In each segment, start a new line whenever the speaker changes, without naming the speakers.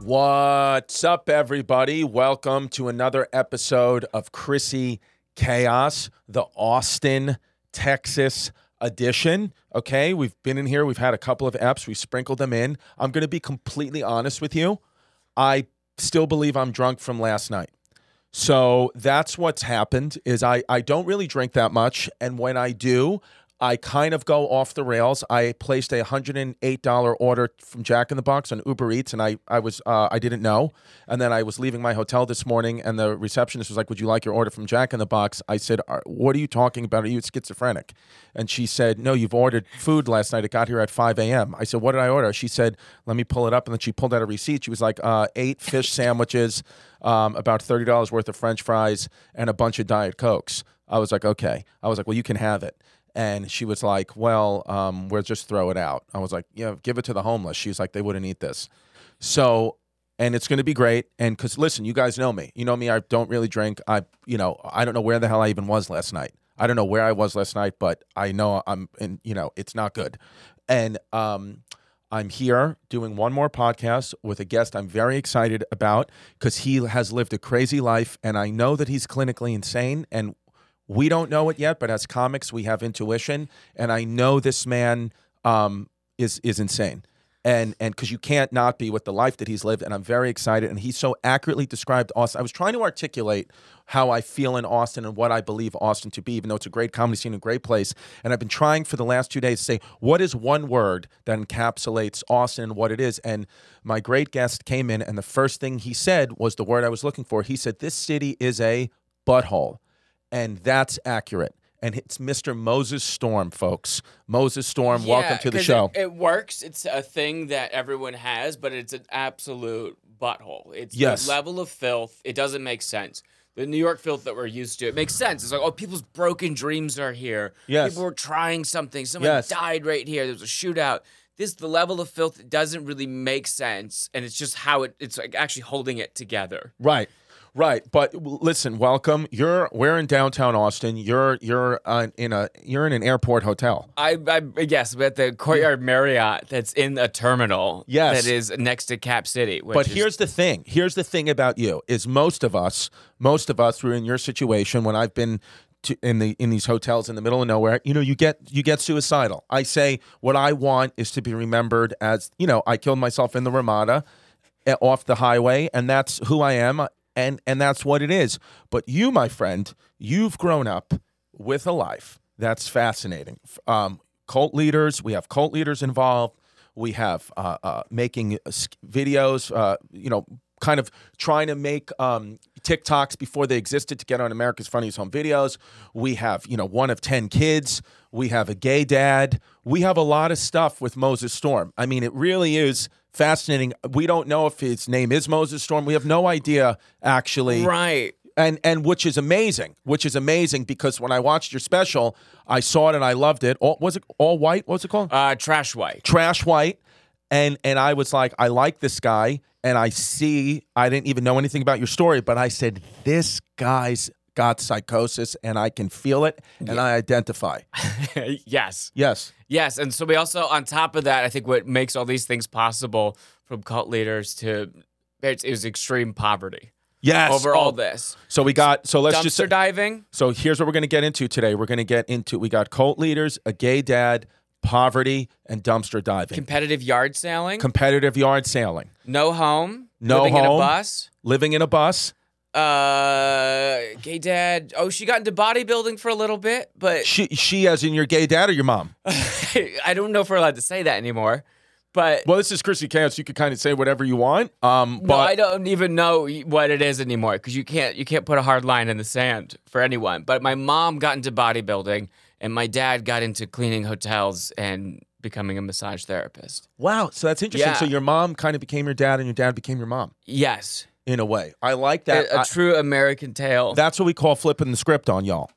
What's up, everybody? Welcome to another episode of Chrissy Chaos, the Austin, Texas edition. Okay, we've been in here, we've had a couple of eps, we sprinkled them in. I'm going to be completely honest with you. I still believe I'm drunk from last night. So that's what's happened is I, I don't really drink that much. And when I do, I kind of go off the rails. I placed a hundred and eight dollar order from Jack in the Box on Uber Eats, and I I was uh, I didn't know. And then I was leaving my hotel this morning, and the receptionist was like, "Would you like your order from Jack in the Box?" I said, "Are- "What are you talking about? Are you schizophrenic?" And she said, "No, you've ordered food last night. It got here at five a.m." I said, "What did I order?" She said, "Let me pull it up." And then she pulled out a receipt. She was like, uh, eight fish sandwiches, um, about thirty dollars worth of French fries, and a bunch of Diet Cokes." I was like, "Okay." I was like, "Well, you can have it." And she was like, Well, um, we'll just throw it out. I was like, Yeah, give it to the homeless. She was like, They wouldn't eat this. So, and it's going to be great. And because listen, you guys know me. You know me. I don't really drink. I, you know, I don't know where the hell I even was last night. I don't know where I was last night, but I know I'm, and you know, it's not good. And um, I'm here doing one more podcast with a guest I'm very excited about because he has lived a crazy life, and I know that he's clinically insane. And we don't know it yet, but as comics, we have intuition, and I know this man um, is is insane, and and because you can't not be with the life that he's lived, and I'm very excited, and he so accurately described Austin. I was trying to articulate how I feel in Austin and what I believe Austin to be, even though it's a great comedy scene, a great place, and I've been trying for the last two days to say what is one word that encapsulates Austin and what it is, and my great guest came in, and the first thing he said was the word I was looking for. He said, "This city is a butthole." and that's accurate. And it's Mr. Moses Storm, folks. Moses Storm, welcome
Yeah,
to the
'cause
show.
It, it works. It's a thing that everyone has, but it's an absolute butthole. It's
Yes.
the level of filth. It doesn't make sense. The New York filth that we're used to, it makes sense. It's like, oh, people's broken dreams are here.
Yes.
People were trying something. Someone
Yes.
died right here. There was a shootout. This the level of filth it doesn't really make sense, and it's just how it. It's like actually holding it together.
right, right. But w- listen, welcome. You're we're in downtown Austin. You're you're uh, in a you're in an airport hotel.
I, I yes, but the Courtyard Marriott that's in a terminal.
Yes.
that is next to Cap City. Which
But
is
here's the thing. Here's the thing about you is most of us, most of us were in your situation when I've been to, in the in these hotels in the middle of nowhere. You know, you get you get suicidal. I say what I want is to be remembered as you know I killed myself in the Ramada, eh, off the highway, and that's who I am, and and that's what it is. But you, my friend, you've grown up with a life that's fascinating. F- Um, cult leaders, we have cult leaders involved. We have uh, uh, making s- videos, uh, you know, kind of trying to make um, TikToks before they existed to get on America's Funniest Home Videos. We have, you know, one of 10 kids. We have a gay dad. We have a lot of stuff with Moses Storm. I mean, it really is fascinating. We don't know if his name is Moses Storm. We have no idea, actually
right.
and and which is amazing, which is amazing because when I watched your special, I saw it and I loved it. All, was it all white? What was it called?
Uh, trash white.
Trash white, and and I was like, I like this guy, and I see. I didn't even know anything about your story, but I said this guy's got psychosis, and I can feel it, and I identify.
yes,
Yes,
yes, and so we also, on top of that, I think what makes all these things possible, from cult leaders to it's, is extreme poverty
yes.
over all
Oh,
this
So we got. So let's
dumpster
just.
diving.
So here's what we're going to get into today. We're going to get into. We got cult leaders, a gay dad, poverty, and dumpster diving.
Competitive yard selling,
competitive yard sailing,
no home,
No
living in a
home.
bus,
living in a bus.
uh, gay dad. Oh, she got into bodybuilding for a little bit, but
She, she as in your gay dad or your mom?
I don't know if we're allowed to say that anymore. But
Well, this is Chrissy Chaos. You could kind of say whatever you want. Um,
No,
but
I don't even know what it is anymore because you can't you can't put a hard line in the sand for anyone. But my mom got into bodybuilding, and my dad got into cleaning hotels and becoming a massage therapist.
wow, so that's interesting.
Yeah.
So your mom kind of became your dad, and your dad became your mom
Yes,
in a way. I like
a-
that.
a,
Uh, I-
true American tale.
that's what we call flipping the script on y'all.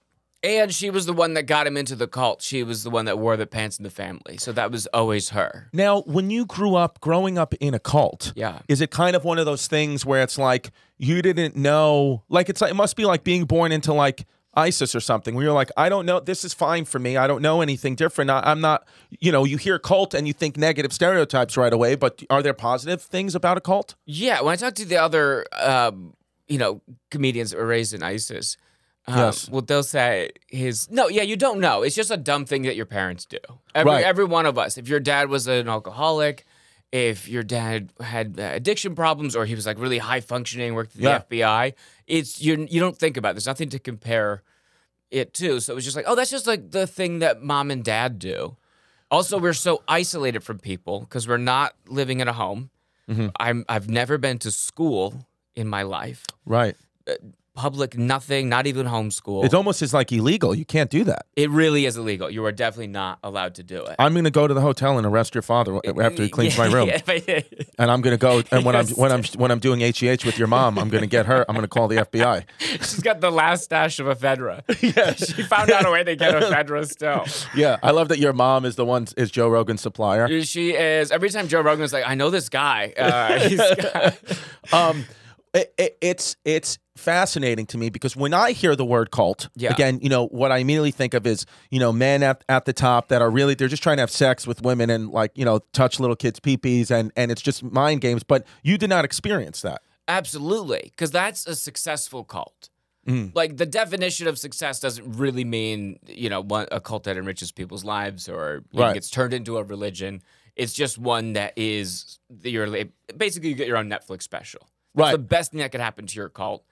and she was the one that got him into the cult. She was the one that wore the pants in the family, so that was always her.
Now, when you grew up, growing up in a cult,
Yeah.
is it kind of one of those things where it's like you didn't know? Like it's like it must be like being born into like ISIS or something, where you're like, I don't know, this is fine for me. I don't know anything different. I, I'm not, you know, you hear cult and you think negative stereotypes right away, but are there positive things about a cult?
Yeah, when I talk to the other, um, you know, comedians that were raised in ISIS, um,
Yes.
well, they'll say his no, yeah, you don't know. It's just a dumb thing that your parents do. Every,
Right.
every one of us. If your dad was an alcoholic, if your dad had uh, addiction problems, or he was like really high functioning, worked at the
Yeah.
FBI, it's you. You don't think about. It. There's nothing to compare it to. So it was just like, oh, that's just like the thing that mom and dad do. Also, we're so isolated from people because we're not living in a home.
Mm-hmm.
I'm I've never been to school in my life.
Right.
Public, nothing, not even homeschool.
It almost is like illegal. You can't do that.
It really is illegal. You are definitely not allowed to do it.
I'm going to go to the hotel and arrest your father after he cleans my room.
Yeah, if I-
And I'm going to go and when I'm when I'm when I'm doing HEH with your mom, I'm going to get her. I'm going to call the FBI.
she's got the last stash of ephedra. Yeah, she found out a way to get ephedra still.
Yeah, I love that your mom is the one is Joe Rogan's supplier.
She is every time Joe Rogan's like, I know this guy. Uh, he's got,
um, it, it, it's it's fascinating to me because when I hear the word cult,
Yeah.
again, you know what I immediately think of is you know men at, at the top that are really they're just trying to have sex with women and like you know touch little kids' peepees and and it's just mind games. But you did not experience that.
absolutely, because that's a successful cult.
Mm.
Like the definition of success doesn't really mean you know one, a cult that enriches people's lives or you know,
Right.
gets turned into a religion. It's just one that is your basically you get your own Netflix special. It's the
Right.
best thing that could happen to your cult.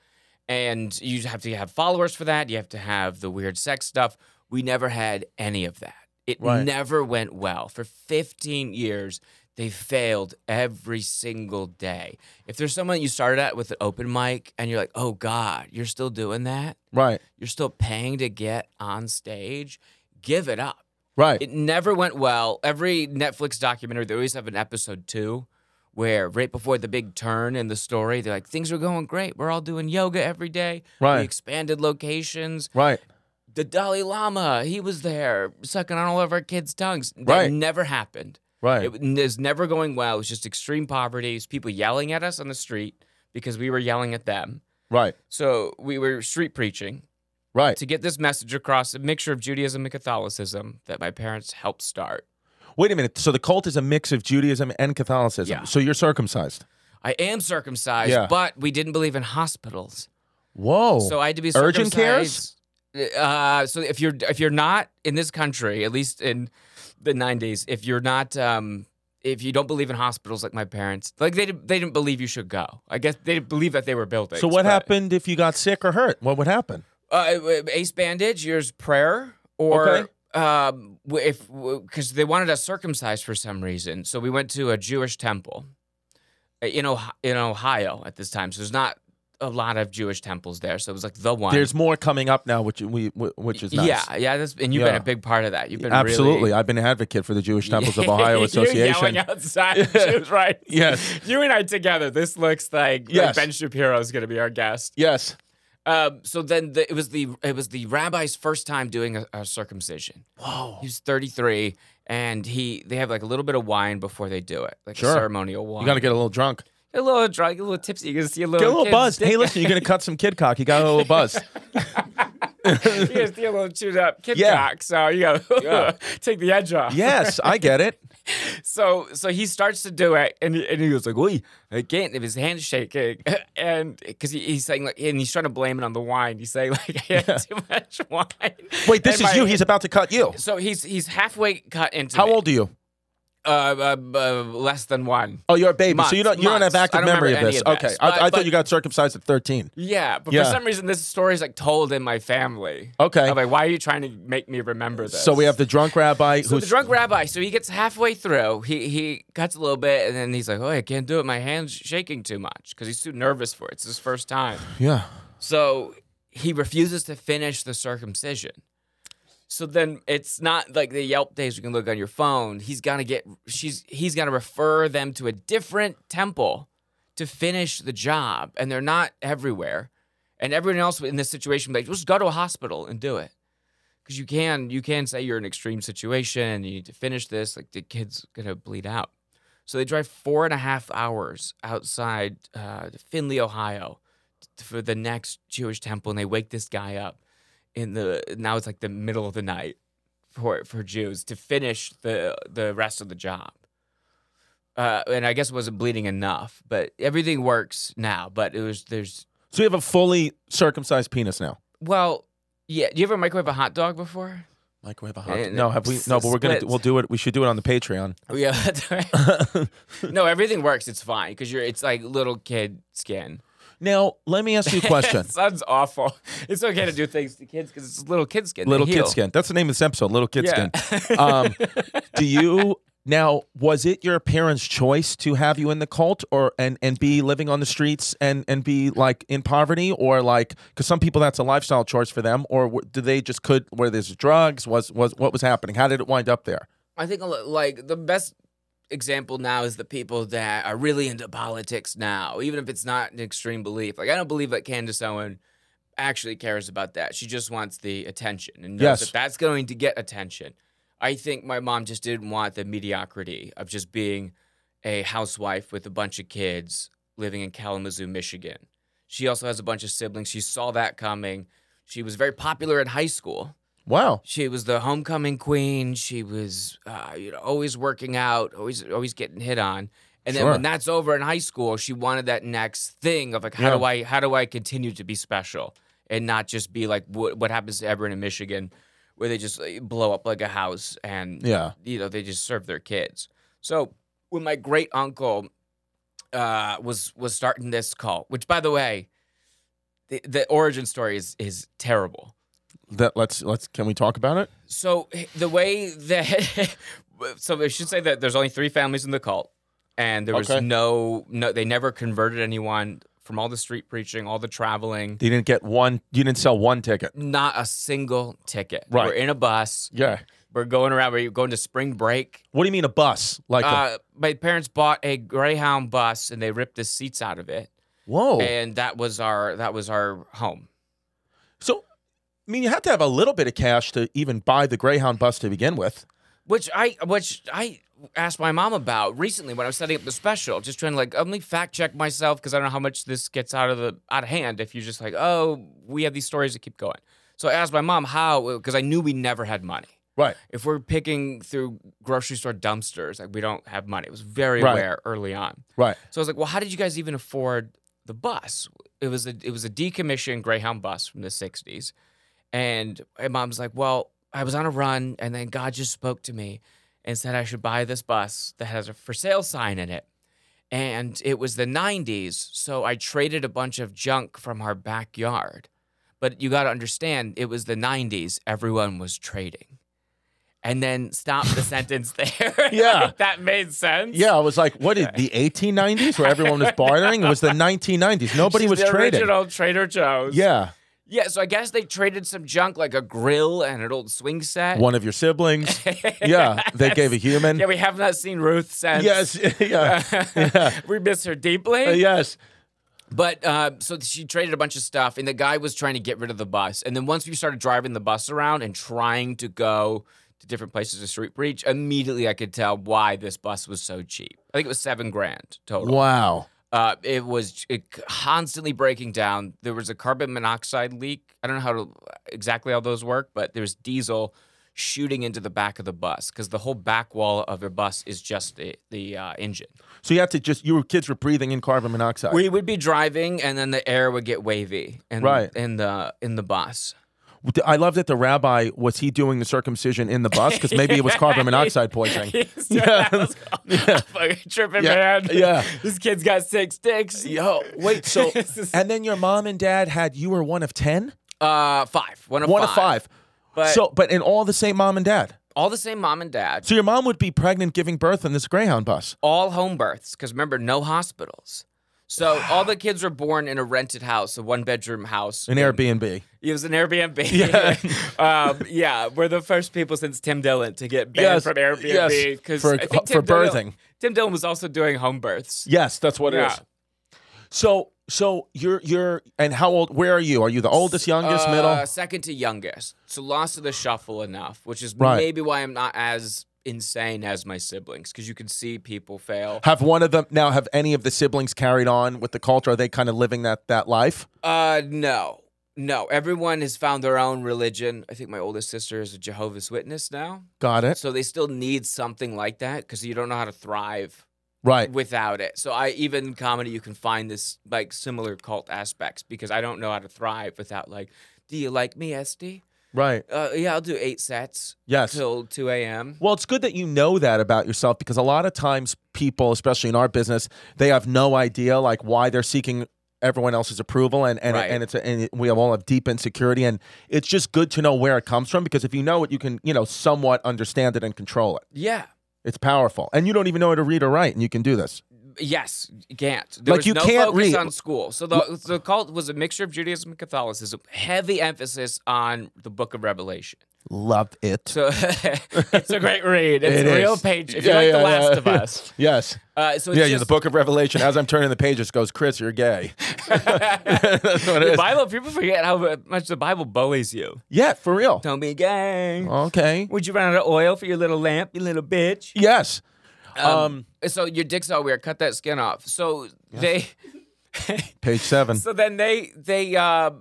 And you have to have followers for that. You have to have the weird sex stuff. We never had any of that. It
Right.
never went well. For 15 years, they failed every single day. If there's someone you started at with an open mic and you're like, oh God, you're still doing that?
Right.
You're still paying to get on stage? Give it up.
Right.
It never went well. Every Netflix documentary, they always have an episode two where right before the big turn in the story, they're like, things are going great. We're all doing yoga every day.
Right.
We expanded locations.
right.
The Dalai Lama, he was there sucking on all of our kids' tongues. That
Right.
never happened.
Right.
It was never going well. It was just extreme poverty. It was people yelling at us on the street because we were yelling at them.
right.
So we were street preaching
Right.
to get this message across a mixture of Judaism and Catholicism that my parents helped start.
Wait a minute. So the cult is a mix of Judaism and Catholicism.
Yeah.
So you're circumcised.
I am circumcised,
Yeah.
but we didn't believe in hospitals,
Whoa.
so I had to be
Urgent
circumcised. Uh, so if you're if you're not in this country, at least in the '90s, if you're not um, if you don't believe in hospitals like my parents, like they didn't- they didn't believe you should go. I guess they didn't believe that they were building.
so what happened if you got sick or hurt? What would happen?
Uh, ace bandage, yours prayer, or
Okay.
um, w- if because they wanted us circumcised for some reason, so we went to a Jewish temple uh, in Ohio, in Ohio at this time. So there's not a lot of Jewish temples there, so it was like the one.
There's more coming up now, which we which is nice.
yeah, yeah, that's, and you've been
Yeah.
a big part of that. You've been
Absolutely.
really-
I've been an advocate for the Jewish Temples of Ohio
You're
Association.
yelling outside, Jews, right?
Yes.
you and I together. This looks like, like
Yes.
Ben Shapiro is going to be our guest.
Yes.
Um, so then the, it was the it was the rabbi's first time doing a, a circumcision. Whoa. He was 33, and he they have like a little bit of wine before they do it, like
Sure.
a ceremonial wine.
You got to get a little drunk.
a little drunk, a little tipsy. You can see a little
Get a little
kid's
buzzed. Hey,
dick-
listen, you're going to cut some kid cock. You got a little buzz.
you can see a little chewed up kid
Yeah.
cock. So you got to take the edge off.
yes, I get it.
So so he starts to do it, and he, and he goes like, "Oi!" Again, if his hand's shaking, and because he, he's saying like, and he's trying to blame it on the wine. He's saying like, I had too much wine.
Wait, this is
And my-
you. He's about to cut you.
So he's he's halfway cut into
How
me.
old are you?
Uh, uh, uh, less than one.
Oh, you're a baby.
Months,
so you don't you don't have
months.
active
I don't
memory of
remember
this.
any of
okay.
this,
I,
but-
I
but-
thought you got circumcised at 13.
Yeah, but
Yeah.
for some reason this story is like told in my family.
Okay.
I'm like, why are you trying to make me remember this?
So we have the drunk rabbi
So
who's
the drunk rabbi. So he gets halfway through. He he cuts a little bit, and then he's like, "Oh, I can't do it. My hand's shaking too much because he's too nervous for it. It's his first time."
Yeah.
So he refuses to finish the circumcision. So then it's not like the Yelp days you can look on your phone. He's gonna get she's he's gonna refer them to a different temple to finish the job, and they're not everywhere. And everyone else in this situation, would be like, just go to a hospital and do it, because you can you can say you're in an extreme situation and you need to finish this. Like the kid's gonna bleed out. So they drive four and a half hours outside uh, Findlay, Ohio, t- for the next Jewish temple, and they wake this guy up. in the now it's like the middle of the night for for Jews to finish the the rest of the job. Uh, and I guess it wasn't bleeding enough, but everything works now. But it was there's
So you have a fully circumcised penis now.
well, yeah. Do you ever microwave a hot dog before?
Microwave a hot.
And
no, have we? No, but we're gonna.
split.
We'll do it. We should do it on the Patreon.
Oh, yeah, that's right. no, everything works. It's fine because you're it's like little kid skin.
now, let me ask you a question.
Sounds awful. It's okay to do things to kids because it's little kid skin. They
Little
heal.
kid skin. That's the name of this episode. Little kid skin.
skin.
Um, Do you now? Was it your parents' choice to have you in the cult, or and and be living on the streets and and be like in poverty, or like because some people that's a lifestyle choice for them, or w- do they just could? Where there's drugs? Was was what was happening? How did it wind up there?
I think a lo- like the best example now is the people that are really into politics now, even if it's not an extreme belief. Like I don't believe that Candace Owen actually cares about that. She just wants the attention and knows
Yes.
that that's going to get attention. I think my mom just didn't want the mediocrity of just being a housewife with a bunch of kids living in Kalamazoo, Michigan. She also has a bunch of siblings. She saw that coming. She was very popular in high school.
Wow.
She was the homecoming queen. She was, uh, you know, always working out, always, always getting hit on. And then
Sure.
when that's over in high school, she wanted that next thing of like, how do I, how do I continue to be special and not just be like what, what happens to everyone in Michigan, where they just like, blow up like a house and
Yeah.
you know, they just serve their kids. So when my great uncle uh, was was starting this cult, which by the way, the, the origin story is is terrible
That let's let's can we talk about it?
so the way that so I should say that there's only three families in the cult, and there was
Okay.
no no they never converted anyone from all the street preaching, all the traveling,
You didn't get one. You didn't sell one ticket.
not a single ticket.
Right.
We're in a bus.
Yeah.
We're going around. We're going to spring break.
What do you mean a bus? Like a,
Uh, my parents bought a Greyhound bus, and they ripped the seats out of it,
whoa.
and that was our that was our home.
So, I mean, you have to have a little bit of cash to even buy the Greyhound bus to begin with.
Which I which I asked my mom about recently when I was setting up the special, just trying to like let me fact check myself because I don't know how much this gets out of the out of hand if you're just like, oh, we have these stories that keep going. So I asked my mom how because I knew we never had money.
Right.
If we're picking through grocery store dumpsters, like we don't have money. It was very
Right.
rare early on.
Right.
So I was like, well, how did you guys even afford the bus? It was a it was a decommissioned Greyhound bus from the '60s, and my mom's like, well, I was on a run, and then God just spoke to me and said I should buy this bus that has a for sale sign in it. And it was the '90s, so I traded a bunch of junk from our backyard. But you got to understand, it was the '90s. Everyone was trading, and then stop the sentence there.
Yeah.
that made sense.
Yeah, I was like, what is the 1890s where everyone was bartering? It was the 1990s. Nobody
She's
was
the
trading.
Original Trader Joe's.
Yeah.
Yeah. So I guess they traded some junk like a grill and an old swing set.
One of your siblings. Yeah. They gave a human.
Yeah, we have not seen Ruth since.
yes. Yeah. yeah.
we miss her deeply.
Uh, yes.
But uh, so she traded a bunch of stuff, and the guy was trying to get rid of the bus. And then once we started driving the bus around and trying to go to different places to street breach, immediately I could tell why this bus was so cheap. I think it was seven grand total.
Wow.
Uh, it was it constantly breaking down. There was a carbon monoxide leak. I don't know how to, exactly how those work, but there was diesel shooting into the back of the bus because the whole back wall of a bus is just the, the uh, engine.
So you had to just, your kids were breathing in carbon monoxide.
We would be driving, and then the air would get wavy, and
Right.
in the in the bus.
I love that the rabbi, was he doing the circumcision in the bus? Because maybe it was carbon monoxide poisoning.
yeah. fucking tripping,
Yeah.
man.
Yeah.
this kid's got six dicks.
Yo, wait. So,
This is-
and then your mom and dad had, you were one of 10?
Uh, five. One of
One
five.
of five.
But-
so, but in all the same mom and dad.
All the same, mom and dad.
So your mom would be pregnant giving birth on this Greyhound bus.
all home births because remember no hospitals so all the kids were born in a rented house a one bedroom house
An Airbnb.
it was an airbnb yeah. um, yeah we're the first people since tim dillon to get banned
Yes,
from airbnb
yes,
because
for- for birthing.
tim dillon was also doing home births
Yes, that's what
Yeah.
So so you're you're and how old where are you? Are you the oldest, youngest,
Uh,
middle?
second to youngest so lost to the shuffle enough which is
Right.
maybe why i'm not as insane as my siblings because you can see people fail
Have one of them now have any of the siblings carried on with the culture? Are they kind of living that that life?
Uh, no. No, everyone has found their own religion. I think my oldest sister is a Jehovah's Witness now.
Got it.
So they still need something like that because you don't know how to thrive
Right.
without it. So I even in comedy you can find this like similar cult aspects because I don't know how to thrive without like, do you like me, SD?
Right.
Uh, yeah, I'll do eight sets
Yes.
till two a.m.
Well, it's good that you know that about yourself because a lot of times people, especially in our business, they have no idea like why they're seeking everyone else's approval and and,
Right.
and it's a, and we all have deep insecurity and it's just good to know where it comes from because if you know it you can you know somewhat understand it and control it
Yeah.
it's powerful and you don't even know how to read or write and you can do this
Yes, you can't. There
Like,
was
you
no
can't
focus
read.
on school. So the, the cult was a mixture of Judaism and Catholicism, heavy emphasis on the Book of Revelation.
love it
So it's a great read. It's
It
a real
is.
page. If
Yeah,
you like
yeah,
The Last
yeah.
of Us,
yes
uh, so it's
yeah, yeah, the
just,
book of Revelation. As I'm turning the pages, goes, Chris, you're gay. That's what it
the
is.
Bible. People forget how much the Bible bullies you.
Yeah, for real.
Don't be gay.
Okay.
Would you run out of oil for your little lamp, you little bitch?
Yes.
Um,
Um,
So your dick's all weird. Cut that skin off. So they.
page seven.
So then they they uh,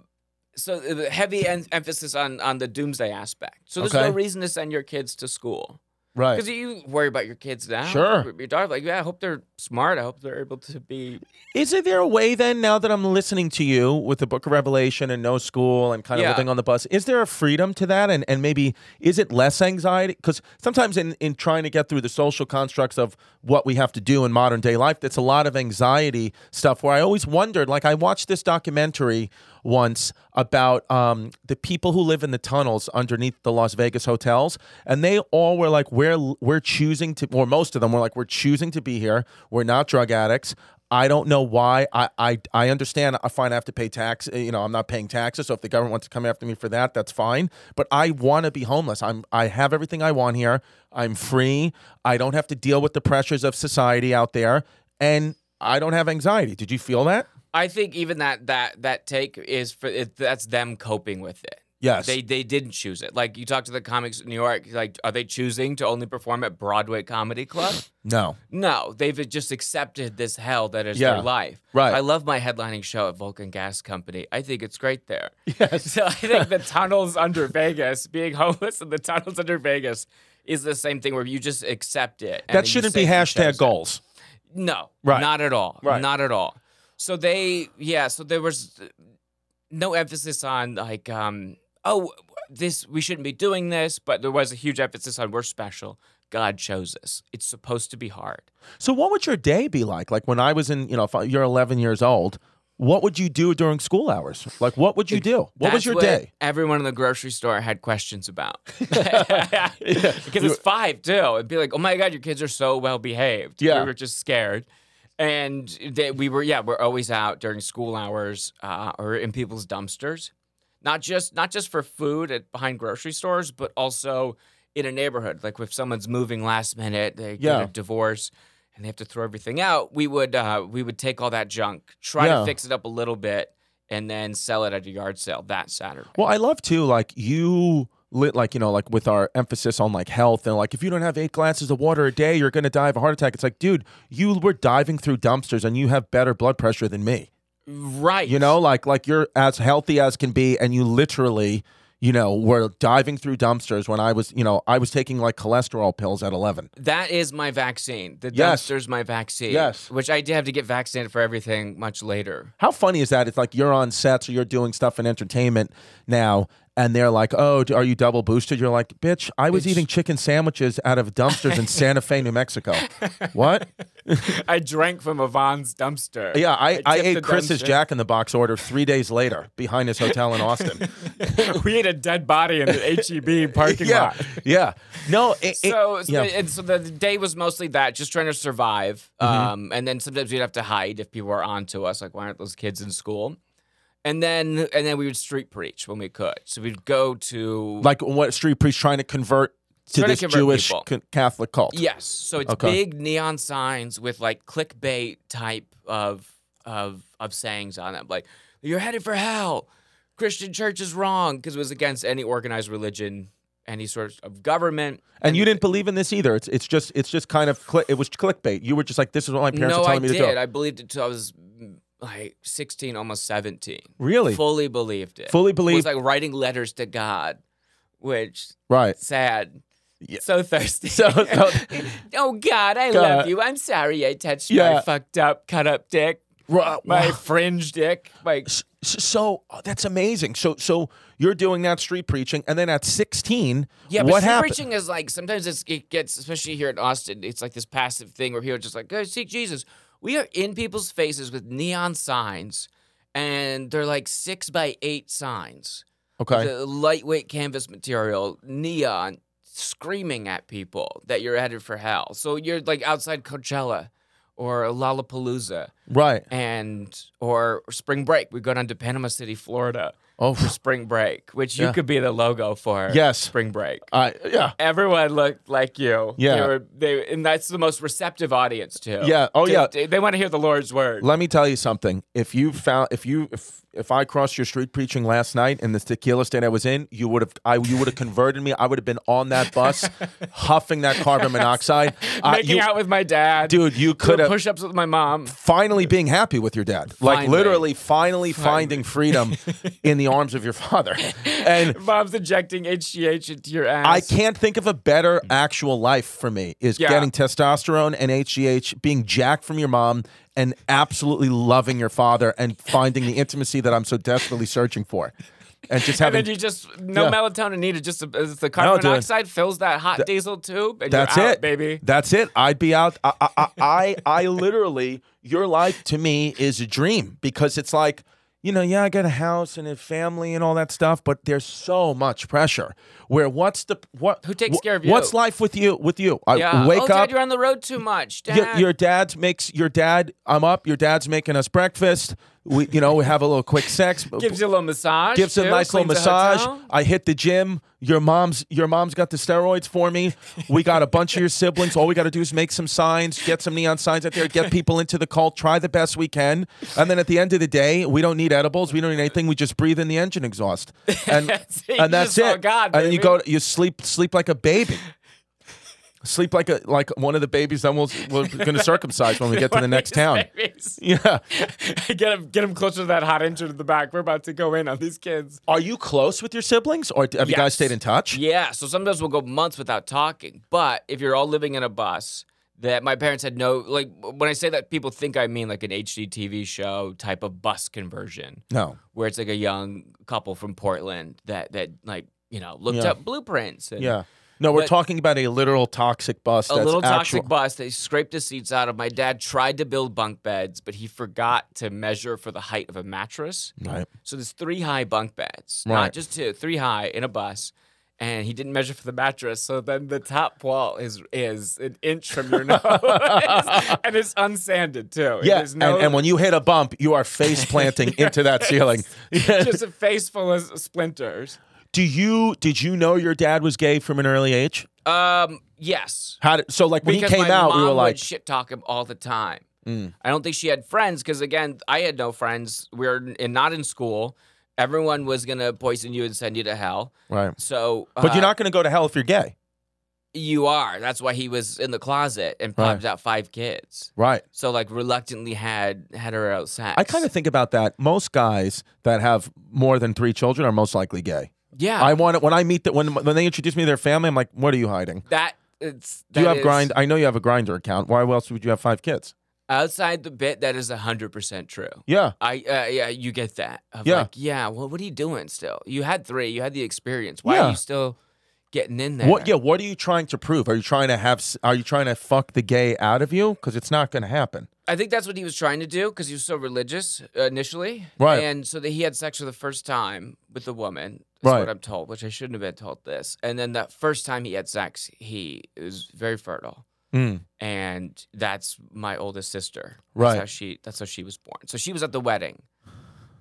so the heavy en- emphasis on on the doomsday aspect. So there's
Okay.
no reason to send your kids to school
Right.
because you worry about your kids now.
Sure.
your daughter like yeah, I hope they're smart. I hope they're able to be
Is it there a way then, now that I'm listening to you with the Book of Revelation and no school and kind of
Yeah.
living on the bus, is there a freedom to that? And, and maybe is it less anxiety? Because sometimes in, in trying to get through the social constructs of what we have to do in modern day life, that's a lot of anxiety stuff where I always wondered, like I watched this documentary once about um, the people who live in the tunnels underneath the Las Vegas hotels, and they all were like, "We're we're choosing to," or most of them were like, "We're choosing to be here. We're not drug addicts. I don't know why. I I, I understand. I find I have to pay tax. eh, You know, I'm not paying taxes. So if the government wants to come after me for that, that's fine. But I want to be homeless. I'm I have everything I want here. I'm free. I don't have to deal with the pressures of society out there, and I don't have anxiety. Did you feel that?
I think even that that that take is for it, that's them coping with it.
Yes.
They they didn't choose it. Like you talk to the comics in New York, like are they choosing to only perform at Broadway Comedy Club?
no.
No, they've just accepted this hell that is
Yeah.
their life.
Right.
I love my headlining show at Vulcan Gas Company. I think it's great there.
Yes.
So I think the tunnels under Vegas, being homeless in the tunnels under Vegas, is the same thing where you just accept it. and then
That
you
shouldn't
say
be
you
hashtag
chose it.
goals.
No,
Right.
not at all.
Right.
Not at all. So they, yeah. So there was no emphasis on like, um, oh, this we shouldn't be doing this, but there was a huge emphasis on we're special. God chose us. It's supposed to be hard.
So what would your day be like? Like when I was in, you know, if you're 11 years old, what would you do during school hours? Like what would you do? What was
That's
your day?
Everyone in the grocery store had questions about because it's five too. It'd be like, oh my god, your kids are so well behaved.
Yeah.
we were just scared, and they, we were yeah, we're always out during school hours uh, or in people's dumpsters, not just not just for food at behind grocery stores, but also in a neighborhood. Like if someone's moving last minute, they
Yeah.
get a divorce. And they have to throw everything out. We would uh, we would take all that junk, try
Yeah.
to fix it up a little bit, and then sell it at a yard sale that Saturday.
Well, I love too, like you lit like you know like with our emphasis on like health and like if you don't have eight glasses of water a day you're going to die of a heart attack it's like dude you were diving through dumpsters and you have better blood pressure than me
right.
you know like like you're as healthy as can be and you literally you know were diving through dumpsters when i was you know i was taking like cholesterol pills at 11
that is my vaccine. The
Yes.
dumpster's my vaccine.
Yes.
Which I did have to get vaccinated for everything much later.
How funny is that? It's like you're on sets or you're doing stuff in entertainment now, and they're like, "Oh, d- are you double boosted?" You're like, "Bitch, I was eating chicken sandwiches out of dumpsters in Santa Fe, New Mexico." what?
I drank from Yvonne's dumpster.
Yeah, I, I,
tipped the
ate Chris's
dumpster.
Jack in the Box order three days later behind his hotel in Austin.
we ate a dead body in the HEB parking
yeah, yeah. No, it, it-
So, so,
yeah.
and so the day was mostly that, just trying to survive.
Mm-hmm.
Um, and then sometimes we'd have to hide if people were onto us, like why aren't those kids in school? And then and then we would street preach when we could. So we'd go to
like what street priest trying to convert to
Trying to
this
convert
Jewish
people.
c- Catholic cult.
Yes. So it's
Okay.
big neon signs with like clickbait type of of of sayings on them, like "You're headed for hell," "Christian church is wrong" because it was against any organized religion, any sort of government.
And you didn't believe in this either. It's it's just it's just kind of cli it was clickbait. You were just like, "This is what my parents
no,
are telling
I
me
did.
to do."
I believed it till I was mm, like 16, almost 17.
Really?
Fully believed it.
Fully
was
believe.
like writing letters to God, which
right.
sad.
Yeah.
So thirsty.
So- so-
oh God, I
God.
love you. I'm sorry I touched
Yeah.
my fucked up, cut up dick,
Right.
my
uh, Wow.
fringe dick. Like
S- s- So oh, that's amazing. So so you're doing that street preaching, and then at 16,
yeah, but
what
street
happened?
preaching is like sometimes it's, it gets, especially here in Austin, it's like this passive thing where people are just like, go seek Jesus. We are in people's faces with neon signs, and they're like six by eight signs.
Okay.
the lightweight canvas material, neon, screaming at people that you're headed for hell. So you're like outside Coachella or Lollapalooza
right.
and or spring break. We go down to Panama City, Florida
Oh.
for spring break, which you
Yeah.
could be the logo for
Yes.
spring break.
I yeah.
Everyone looked like you.
Yeah.
They were, they, and that's the most receptive audience, too.
Yeah. Oh,
They-
yeah.
They, they want to hear the Lord's word.
Let me tell you something. If you found, if you, if if I crossed your street preaching last night in this tequila state I was in, you would have, I, you would have converted me. I would have been on that bus, huffing that carbon monoxide. Uh,
Making
you-
out with my dad.
dude, you could
Doing
have
push ups with my mom.
finally being happy with your dad, like
Finally.
literally, finally finding freedom in the arms of your father. And
Mom's injecting HGH into your ass.
I can't think of a better actual life for me is
Mm. Yeah.
getting testosterone and HGH, being jacked from your mom, and absolutely loving your father and finding the intimacy that I'm so desperately searching for. And just
And
having
then you just no
Yeah.
melatonin needed. Just the- it's the
No,
carbon
dude.
monoxide fills that hot diesel tube, and
that's
you're out,
it,
baby.
That's it. I'd be out. I, I, I, I, I literally, your life to me is a dream because it's like, you know, yeah, I got a house and a family and all that stuff, but there's so much pressure. Where what's the what?
Who takes
wh-
care of you?
What's life with you? With you, I
Yeah.
Uh, wake
oh,
up.
Dad, you're on the road too much. Dad.
Your, your dad makes your dad. I'm up. Your dad's making us breakfast. We, you know, we have a little quick sex.
gives you a little massage.
gives a
too,
nice little
cleans the
massage.
hotel.
I hit the gym. Your mom's your mom's got the steroids for me. We got a bunch of your siblings. All we got to do is make some signs, get some neon signs out there, get people into the cult. Try the best we can, and then at the end of the day, we don't need edibles. We don't need anything. We just breathe in the engine exhaust, and
That's it. You
and that's
just saw
it.
God,
and then you
baby.
go you sleep sleep like a baby. Sleep like a like one of the babies that we'll, we're going to circumcise when we get to the next town.
Babies.
Yeah.
get him, get him closer to that hot engine in the back. We're about to go in on these kids.
Are you close with your siblings, or have you guys
Yes.
stayed in touch?
Yeah, so sometimes we'll go months without talking. But if you're all living in a bus, that my parents had no like when I say that people think I mean like an HGTV show type of bus conversion
No.
where it's like a young couple from Portland that that like you know looked
Yeah.
up blueprints and
Yeah. No, we're
But-
talking about a literal toxic bus.
a
that's
little
actual,
toxic bus they scraped the seats out of my dad tried to build bunk beds but he forgot to measure for the height of a mattress
Right.
So there's three high bunk beds,
Right.
not just two, three high in a bus. And he didn't measure for the mattress, so then the top wall is is an inch from your nose, and it's unsanded too.
Yeah.
There's no,
and, and when you hit a bump, you are face planting into that ceiling.
just a face full of splinters.
Do you did you know your dad was gay from an early age?
Um, yes,
How did, so like when
because
he came
my
out,
mom
we were like, Mm.
would shit talk him all the time. I don't think she had friends because again, I had no friends. We were in, not in school. Everyone was gonna poison you and send you to hell.
right.
So,
But
uh,
you're not going to go to hell if you're gay,
You are. That's why he was in the closet and
Right.
popped out five kids.
right?
So like reluctantly had hetero sex.
I kind of think about that. Most guys that have more than three children are most likely gay.
yeah.
I want it when I meet that when when they introduce me to their family. I'm like, what are you hiding?
that it's
Do you
that
have
is-
grind? I know you have a grinder account. Why else would you have five kids?
outside the bit. That is hundred percent true.
Yeah,
I uh, yeah you get that. Of
Yeah.
Like, yeah. Well, what are you doing still? You had three. You had the experience. Why
Yeah.
are you still getting in there?
What? Yeah. What are you trying to prove? Are you trying to have? s- Are you trying to fuck the gay out of you? Because it's not going to happen.
I think that's what he was trying to do because he was so religious uh, initially.
Right.
And so that he had sex for the first time with a woman. Is
Right.
what I'm told, which I shouldn't have been told this. And then that first time he had sex, he was very fertile.
Mm,
And that's my oldest sister.
Right.
That's how she that's how she was born. So she was at the wedding.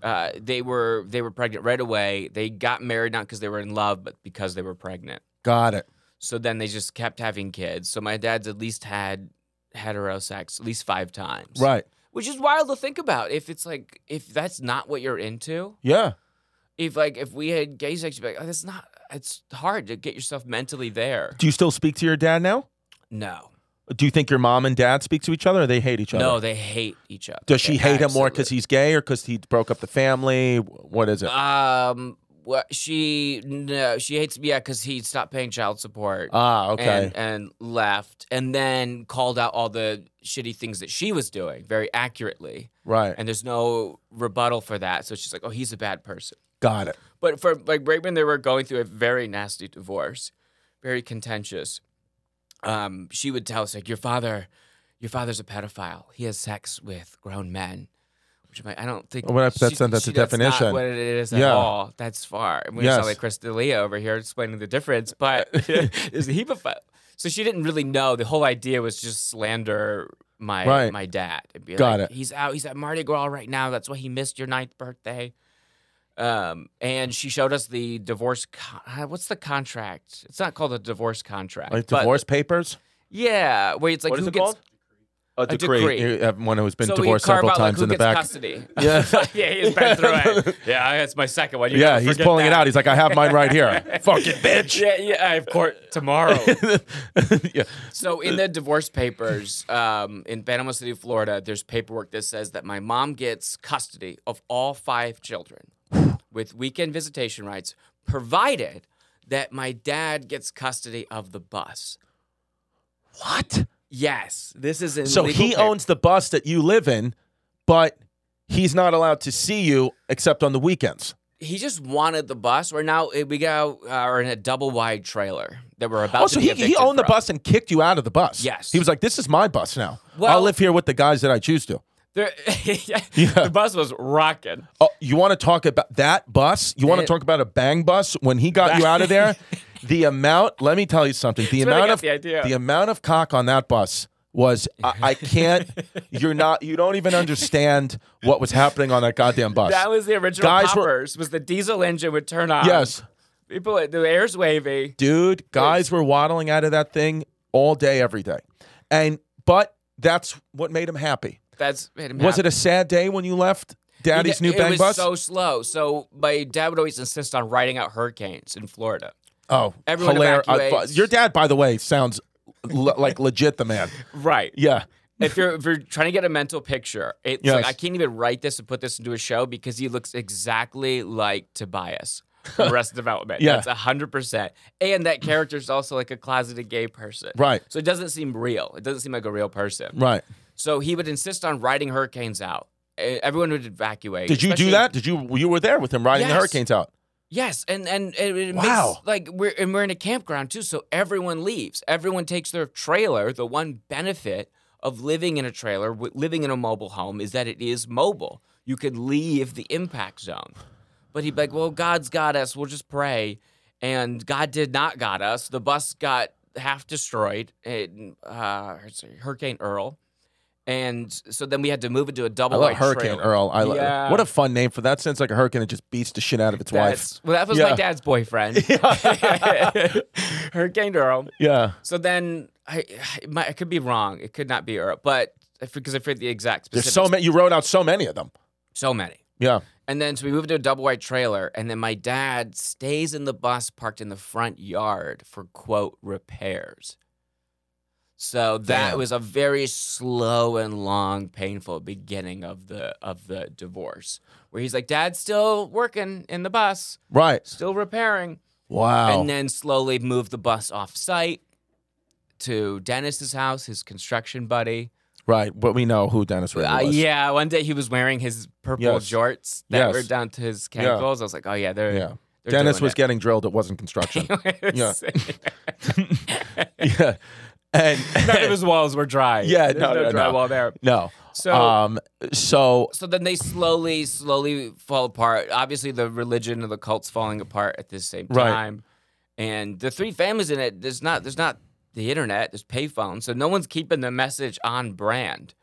Uh, they were they were pregnant right away. They got married not because they were in love, but because they were pregnant.
Got it.
So then they just kept having kids. So my dad's at least had hetero sex at least five times
Right.
which is wild to think about. If it's like, if that's not what you're into,
Yeah.
if like, if we had gay sex, you'd be like, oh, that's not. It's hard to get yourself mentally there.
Do you still speak to your dad now?
No,
Do you think your mom and dad speak to each other or they hate each other?
No, they hate each other.
Does she
They
hate him more because
absolutely-
he's gay or because he broke up the family? What is it?
Um, well, she no, she hates yeah because he stopped paying child support.
ah, okay.
and, and left, and then called out all the shitty things that she was doing very accurately.
right.
And there's no rebuttal for that. So she's like, oh, he's a bad person.
Got it.
But for like Brakeman, they were going through a very nasty divorce, very contentious. Um, she would tell us like, your father, your father's a pedophile. He has sex with grown men. Which I'm like, I don't think
Well, that's- that's-
she-
that's the
she- not
definition.
what it is
Yeah.
at all. That's far. And we
Yes.
sound like Chris D'Elia over here explaining the difference, but is he pedophile? So she didn't really know. The whole idea was just slander my
Right.
my dad. And be
Got
like,
it.
He's out. He's at Mardi Gras right now. That's why he missed your ninth birthday. Um, and she showed us the divorce. Con- uh, what's the contract? It's not called a divorce contract.
Like
but-
divorce papers?
yeah, where it's like
What is
who
it
gets
called? A
decree. decree.
You have one who's been
so we
divorced
carve
several
out, like,
times
who
in the
gets
back.
Custody.
Yeah.
yeah, he's been through it. Yeah, that's my second one. You
yeah,
gotta
he's
forget
pulling it
that.
out. He's like, I have mine right here. Fucking bitch.
Yeah, yeah, I have court tomorrow.
yeah.
so in the divorce papers, um, in Panama City, Florida, there's paperwork that says that my mom gets custody of all five children with weekend visitation rights, provided that my dad gets custody of the bus.
What?
Yes, this is in
So
legal
he
paper.
owns the bus that you live in, but he's not allowed to see you except on the weekends.
He just wanted the bus. We're now we go uh, are in a double wide trailer that we're about.
Oh,
to
so
be
he, he
evicted
owned the
from.
bus and kicked you out of the bus.
Yes.
He was like, this is my bus now. I'll
Well-
live here with the guys that I choose to.
There- yeah,
Yeah.
The bus was rocking.
Oh, you want to talk about that bus? You want to
It-
talk about a bang bus? When he got you out of there, the amount, let me tell you something. The
It's where they
amount
got
of
the idea.
amount of cock on that bus was I, I can't you're not you don't even understand what was happening on that goddamn bus.
That was the original
Guys were-
poppers. was the diesel engine would turn on.
yes.
people the air's wavy.
Dude, guys were waddling out of that thing all day every day. And but that's what made him happy.
That's made him
Was
happy.
it a sad day when you left Daddy's new
it
bang
was
bus?
so slow. So my dad would always insist on riding out hurricanes in Florida.
oh,
everyone
hilar- I-
evacuates.
your dad, by the way, sounds l- like legit the man.
Right.
Yeah.
if you're if you're trying to get a mental picture, it's
Yes.
like I can't even write this and put this into a show because he looks exactly like Tobias from Arrested Development.
Yeah.
That's hundred percent. And that character's also like a closeted gay person.
Right.
So it doesn't seem real. It doesn't seem like a real person.
Right.
So he would insist on riding hurricanes out. Eh, Everyone would evacuate.
Did you do
especially-
that? Did you you were there with him riding the
Yes.
hurricanes out?
Yes, and and it, it
Wow.
makes like we're and we're in a campground too, so everyone leaves. Everyone takes their trailer. The one benefit of living in a trailer, wi- living in a mobile home, is that it is mobile. You could leave the impact zone. But he'd be like, "Well, God's got us. We'll just pray." And God did not got us. The bus got half destroyed. It, uh, Hurricane Earl. And so then we had to move it to a
I
double.
love
wide
Hurricane
trailer.
Earl. I love
Yeah.
what a fun name for that. Sounds like a hurricane that just beats the shit out of its wife.
That's, well, that was
Yeah.
my dad's boyfriend. Hurricane Earl.
Yeah.
So then I, I, my, I could be wrong. It could not be Earl, but if- because I forget the exact
There's
specifics.
so many. You wrote out so many of them.
So many.
Yeah.
And then so we moved to a double wide trailer, and then my dad stays in the bus parked in the front yard for quote repairs. So that
Damn.
was a very slow and long, painful beginning of the of the divorce, where he's like, "Dad's still working in the bus,
Right.
still repairing."
Wow.
and then slowly move the bus off site to Dennis's house, his construction buddy.
right. But we know who Dennis Rader
Uh,
was.
yeah, one day he was wearing his purple
Yes.
jorts that
Yes.
were down to his
Yeah.
ankles. I was like, oh yeah, they're,
Yeah.
they're
Dennis
doing
was
it.
getting drilled. It wasn't construction. Yeah.
None
yeah. And
of his walls were dry.
Yeah,
There's
no,
no,
no, no.
drywall there.
no.
So,
um. So
so then they slowly, slowly fall apart. Obviously, the religion of the cult's falling apart at the same
Right.
time, and the three families in it. There's not. There's not the internet. There's payphones, so no one's keeping the message on brand.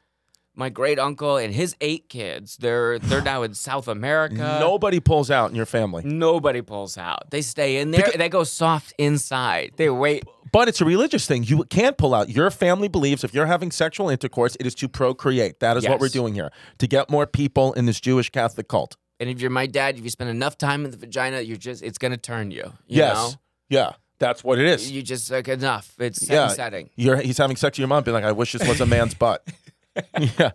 My great uncle and his eight kids. They're they're now in South America.
nobody pulls out in your family,
Nobody pulls out. They stay in there.
Because-
they go soft inside. They wait.
but it's a religious thing. You can't pull out. Your family believes if you're having sexual intercourse, it is to procreate. That is what
Yes.
we're doing here to get more people in this Jewish Catholic cult.
And if you're my dad, if you spend enough time in the vagina, you're just it's gonna turn you. you
yes.
know?
Yeah. That's what it is.
You just like enough. It's
Yeah.
setting.
You're, he's having sex with your mom, being like, I wish this was a man's butt. yeah.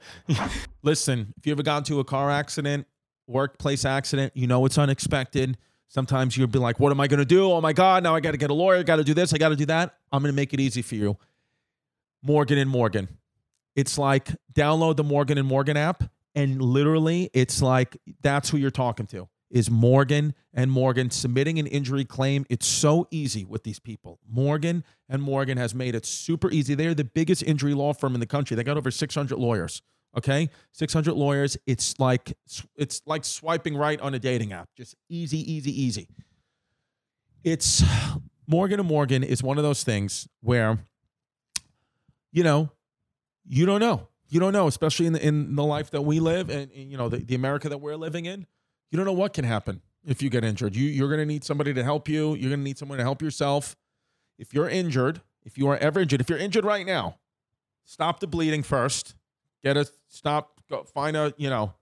Listen, if you ever got into a car accident, workplace accident, you know it's unexpected. Sometimes you'll be like, What am I going to do? Oh my God, now I got to get a lawyer. I got to do this. I got to do that. I'm going to make it easy for you. Morgan and Morgan. It's like download the Morgan and Morgan app, and literally, it's like that's who you're talking to is Morgan and Morgan submitting an injury claim. It's so easy with these people. Morgan and Morgan has made it super easy. They're the biggest injury law firm in the country. They got over 600 lawyers. Okay, 600 lawyers. It's like it's like swiping right on a dating app. Just easy, easy, easy. It's Morgan and Morgan is one of those things where you know, you don't know. You don't know, especially in the, in the life that we live and, and, you know the, the America that we're living in. You don't know what can happen if you get injured. You you're going to need somebody to help you. You're going to need someone to help yourself. If you're injured, if you are ever injured, if you're injured right now, stop the bleeding first. Get a stop. Go find a you know,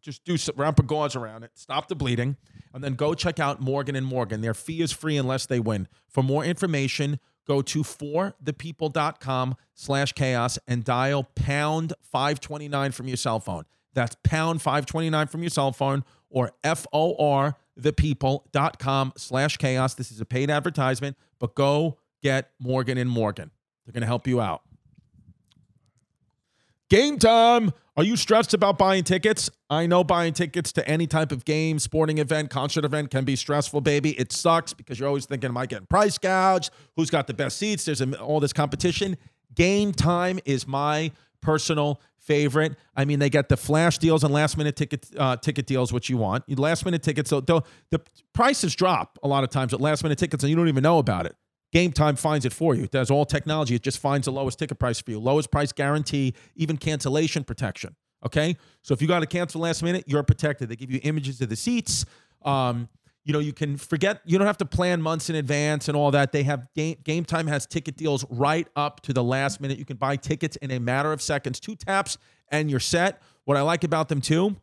just do some, wrap a gauze around it. Stop the bleeding, and then go check out Morgan and Morgan. Their fee is free unless they win. For more information, go to forthepeople.com slash chaos and dial pound 529 from your cell phone. That's pound 529 from your cell phone or F-O-R thepeople.com slash chaos. This is a paid advertisement, but go get Morgan and Morgan. They're going to help you out. Game time. Are you stressed about buying tickets? I know buying tickets to any type of game, sporting event, concert event can be stressful, baby. It sucks because you're always thinking, am I getting price gouged? Who's got the best seats? There's a- all this competition. Game time is my personal favorite. I mean, they get the flash deals and last minute ticket uh, ticket deals, which you want. You- Last minute tickets, so they'll- the prices drop a lot of times at last minute tickets, and you don't even know about it. Game Time finds it for you. It does all technology. It just finds the lowest ticket price for you, lowest price guarantee, even cancellation protection. Okay, so if you got to cancel last minute, you're protected. They give you images of the seats. Um, you know, you can forget. You don't have to plan months in advance and all that. They have game. Game Time has ticket deals right up to the last minute. You can buy tickets in a matter of seconds, two taps, and you're set. What I like about them too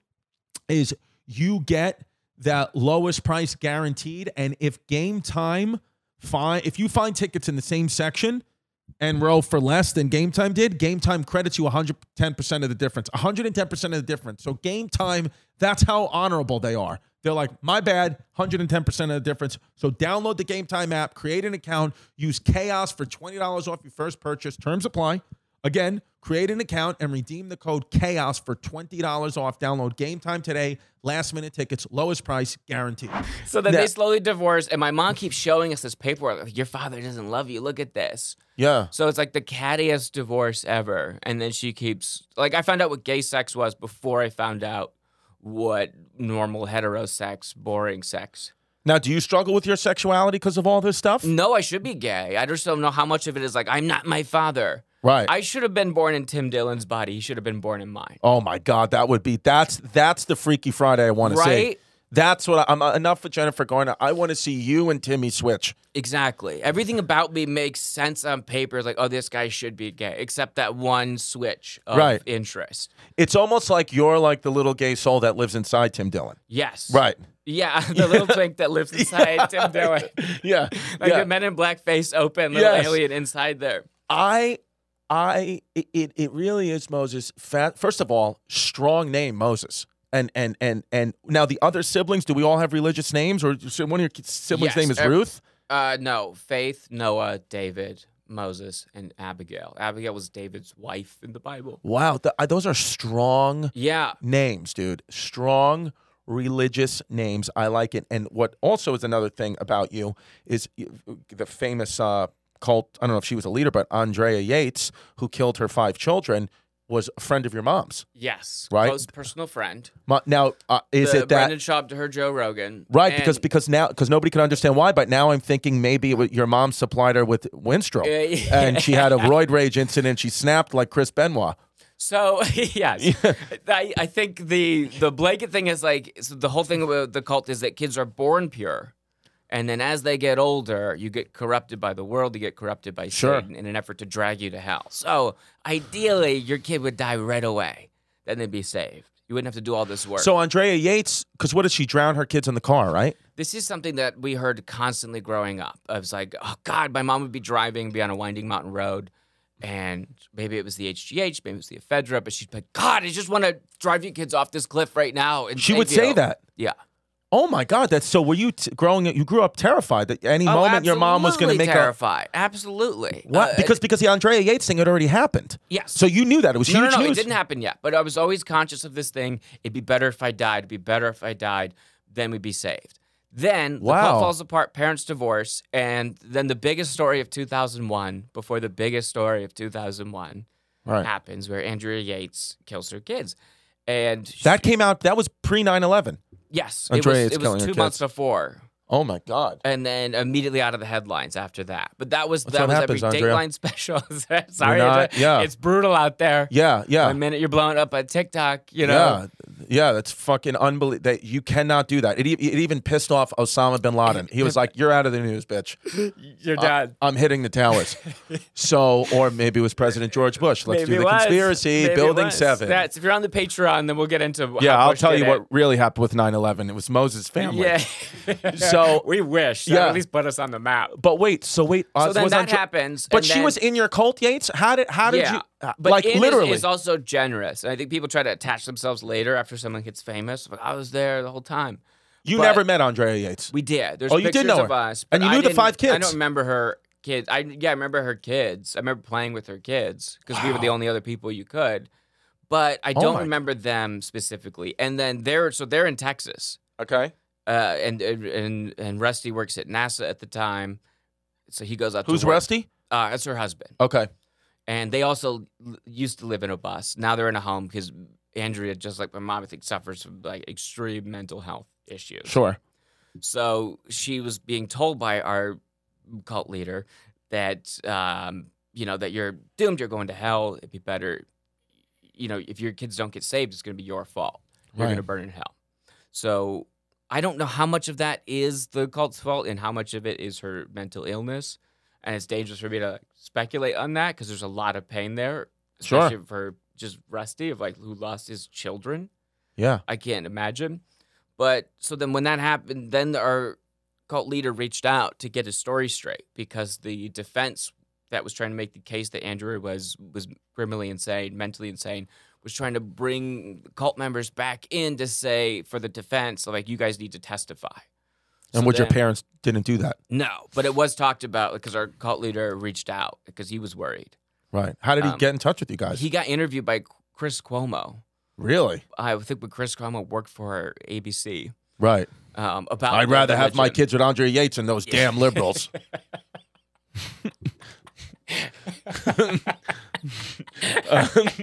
is you get that lowest price guaranteed. And if game time find if you find tickets in the same section and row for less than game time did, game time credits you 110% of the difference. 110% of the difference. So game time, that's how honorable they are. They're like, my bad, 110% of the difference. So download the game time app, create an account, use chaos for $20 off your first purchase. Terms apply. Again, create an account and redeem the code chaos for $20 off. Download game time today. Last minute tickets, lowest price guaranteed.
So then they
That-
slowly divorce, and my mom keeps showing us this paperwork. Like, Your father doesn't love you. Look at this.
Yeah.
So it's like the cattiest divorce ever. And then she keeps like I found out what gay sex was before I found out what normal heterosex, boring sex.
Now, do you struggle with your sexuality because of all this stuff?
No, I should be gay. I just don't know how much of it is like I'm not my father.
Right.
I should have been born in Tim Dillon's body. He should have been born in mine.
Oh my God, that would be that's that's the Freaky Friday I want to see.
Right?
That's what I, I'm uh, enough for Jennifer Garner. I want to see you and Timmy switch.
Exactly. Everything about me makes sense on paper. It's like, oh, this guy should be gay, except that one switch of
Right.
interest.
It's almost like you're like the little gay soul that lives inside Tim Dillon.
Yes.
Right.
Yeah. The little twink that lives inside Tim Dillon.
Yeah.
Like
yeah.
the men in black face open, little
Yes.
alien inside there.
I I it- it it really is Moses. Fat, first of all, strong name Moses. And and and and now the other siblings. Do we all have religious names, or so one of your siblings'
Yes,
name is
ev-
Ruth?
Uh, no, Faith, Noah, David, Moses, and Abigail. Abigail was David's wife in the Bible.
Wow, th- I- those are strong
Yeah.
names, dude. Strong religious names. I like it. And what also is another thing about you is you- the famous uh, cult. I don't know if she was a leader, but Andrea Yates, who killed her five children, was a friend of your mom's.
Yes.
Right.
Close personal friend.
Mo- Now, uh, is it
the
that?
Brendan Schaub to her Joe Rogan.
Right, because
And-
because now because nobody can understand why, but now I'm thinking maybe it wa- your mom supplied her with Winstrol,
Yeah, yeah.
and she had a roid rage incident. She snapped like Chris Benoit.
So yes, I, I think the the blanket thing is like so the whole thing about the cult is that kids are born pure, and then as they get older, you get corrupted by the world, you get corrupted by
Sure.
Satan in an effort to drag you to hell. So ideally, your kid would die right away, then they'd be saved. You wouldn't have to do all this work.
So Andrea Yates, because what did she drown her kids in the car, right?
this is something that we heard constantly growing up. I was like, oh God, my mom would be driving, be on a winding mountain road, and maybe it was the HGH, maybe it was the ephedra, but she'd be like, God, I just want to drive you kids off this cliff right now. And
She would
save
say
you."
that.
Yeah.
Oh my God, that's so. Were you t- growing? You grew up terrified that any
Oh,
moment your mom was going to make a
terrify. Oh, Absolutely.
what?
Uh,
because because the Andrea Yates thing had already happened.
yes.
So you knew that it was
no,
huge
no, no,
news.
it didn't happen yet. But I was always conscious of this thing. It'd be better if I died. It'd be better if I died. Then we'd be saved. Then the
Wow.
cult falls apart. Parents divorce, and then the biggest story of 2001. Before the biggest story of 2001
Right.
happens, where Andrea Yates kills her kids, and she-
That came out. That was pre 9-11.
yes,
Andrea
it was,
Yates
it
killing
was
her
two
kids.
months before.
Oh my God.
And then immediately out of the headlines after that. But that was
what
that was
happens,
every
Andrea.
Dateline special. Sorry,
not-
Andrea.
yeah.
it's brutal out there.
Yeah, yeah,
The minute you're blowing up on TikTok, you know.
yeah, yeah. That's fucking unbelievable. That you cannot do that. It, e- it even pissed off Osama bin Laden. He was like, "You're out of the news, bitch.
You're
Uh,
done.
I'm hitting the towers." so, or maybe it was President George Bush. Let's
Maybe
do
it
the
was.
conspiracy.
Maybe it
Building
was.
seven.
That's if you're on the Patreon, then we'll get into.
yeah,
how
I'll
Bush
tell
did
you
it.
what really happened with 9/11. It was Moses' family.
Yeah.
So-
we wish.
Yeah.
Yeah. At least put us on the map.
But wait, so wait. uh,
So then
was
that
Andre-
happens.
But
and
she
then-
was in your cult, Yates. How did how did
yeah.
you? uh,
but
like
in is-
literally.
is, also generous. And I think people try to attach themselves later after someone gets famous. Like, I was there the whole time.
you
but-
never met Andrea Yates.
We did. There's
Oh, you did
pictures
know
of
her.
us,
And
but
you
I
knew the
didn't-
five
I
kids.
don't remember her kids. I yeah, I remember her kids. I remember playing with her kids because we were the only other people you could. But I
Oh
don't
my-
remember them specifically. And then they're so they're in Texas,
Okay.
uh, and and and Rusty works at NASA at the time, so he goes out.
Who's
to work.
Rusty?
Uh, that's her husband.
Okay.
And they also l- used to live in a bus. Now they're in a home because Andrea, just like my mom, I think suffers from like extreme mental health issues.
Sure.
So she was being told by our cult leader that um, you know that you're doomed, you're going to hell. It'd be better, you know, if your kids don't get saved, it's going to be your fault. You're
Right.
going to burn in hell. So I don't know how much of that is the cult's fault and how much of it is her mental illness. And it's dangerous for me to speculate on that because there's a lot of pain there,
Sure.
especially for just Rusty of like who lost his children.
Yeah.
I can't imagine. But so then when that happened, then our cult leader reached out to get his story straight because the defense that was trying to make the case that Andrew was was criminally insane, mentally insane, was trying to bring cult members back in to say for the defense, like you guys need to testify.
And
So
would your
then-
parents didn't do that?
No, but it was talked about because our cult leader reached out because he was worried.
Right. How did he
Um,
get in touch with you guys?
He got interviewed by Chris Cuomo.
really?
I think when Chris Cuomo worked for ABC
Right.
um, about.
I'd
their
rather have my
religion.
kids with Andrea Yates and those damn liberals.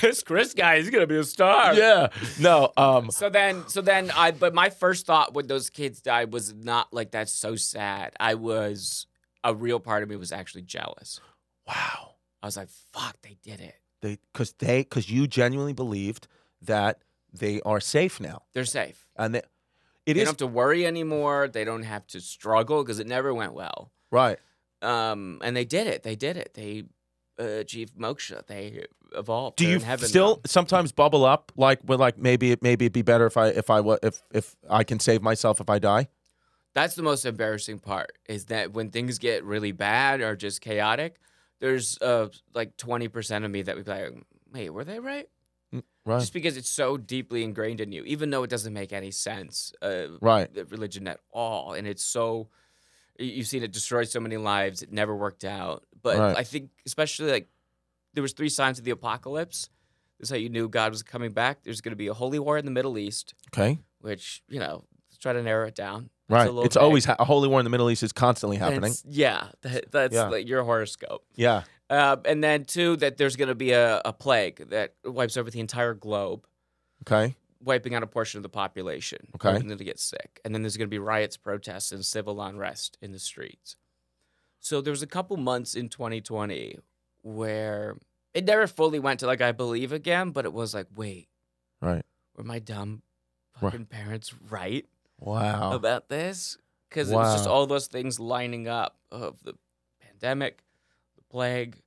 this Chris guy is gonna be a star.
um, yeah. No. Um.
So then, so then I. But my first thought when those kids died was not like that's so sad. I was a real part of me was actually jealous.
Wow.
I was like, fuck, they did it.
They because they because you genuinely believed that they are safe now,
They're safe.
and they, it
They
is
don't have to worry anymore. They don't have to struggle because it never went well.
right.
Um, and they did it. They did it. They uh, achieved moksha. They evolved.
Do
They're
you
in heaven
still
now.
sometimes bubble up like when like maybe it maybe it'd be better if I if I wa- if if I can save myself if I die?
That's the most embarrassing part is that when things get really bad or just chaotic, there's uh, like 20% of me that would be like, wait, were they right?
Right.
Just because it's so deeply ingrained in you, even though it doesn't make any sense, uh,
right.
the religion at all. And it's so, y- you've seen it destroy so many lives. It never worked out. But
Right.
I think, especially like, there was three signs of the apocalypse. This is how you knew God was coming back. There's going to be a holy war in the Middle East,
Okay.
which, you know, let's try to narrow it down. It's a
Right.
little
It's
vague.
always ha- a holy war in the Middle East is constantly happening.
That's- yeah, that, that's
Yeah.
like your horoscope.
Yeah.
Uh, and then two, that there's going to be a, a plague that wipes over the entire globe,
Okay.
wiping out a portion of the population.
Okay.
and to get sick. And then there's going to be riots, protests, and civil unrest in the streets. So there was a couple months in 2020 where it never fully went to like I believe again, but it was like, wait,
Right.
were my dumb
Right.
fucking parents right?
Wow.
about this because it was just
Oh. Wow.
all those things lining up of the pandemic, the plague,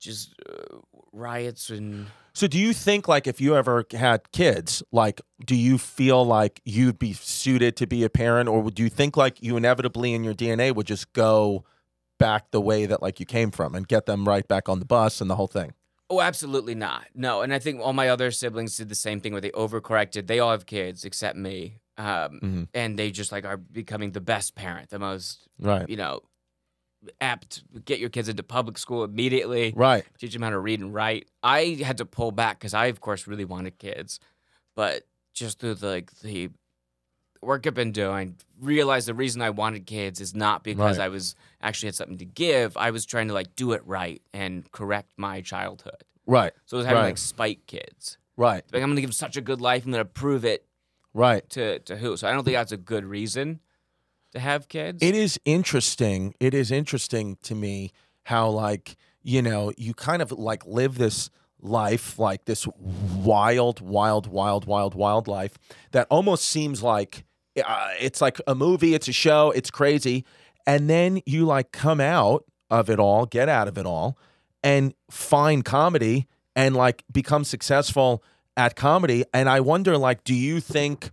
just uh, riots and
So do you think like if you ever had kids, like do you feel like you'd be suited to be a parent or would you think like you inevitably in your DNA would just go back the way that like you came from and get them right back on the bus and the whole thing?
Oh, absolutely not. No, and I think all my other siblings did the same thing where they overcorrected. They all have kids except me, um,
Mhm.
and they just like are becoming the best parent, the most
Right.
you know apt. Get your kids into public school immediately.
Right.
Teach them how to read and write. I had to pull back because I, of course, really wanted kids, but just through the, like the work I've been doing, realized the reason I wanted kids is not because
Right.
I was actually had something to give. I was trying to like do it right and correct my childhood.
Right.
So I was having
Right.
like spite kids.
Right.
Like I'm gonna give such a good life. I'm gonna prove it
Right.
to to who? So I don't think that's a good reason to have kids.
It is interesting. It is interesting to me how like, you know, you kind of like live this life, like this wild, wild, wild, wild, wild life that almost seems like uh, it's like a movie, it's a show, it's crazy. And then you like come out of it all, get out of it all and find comedy and like become successful at comedy and I wonder like do you think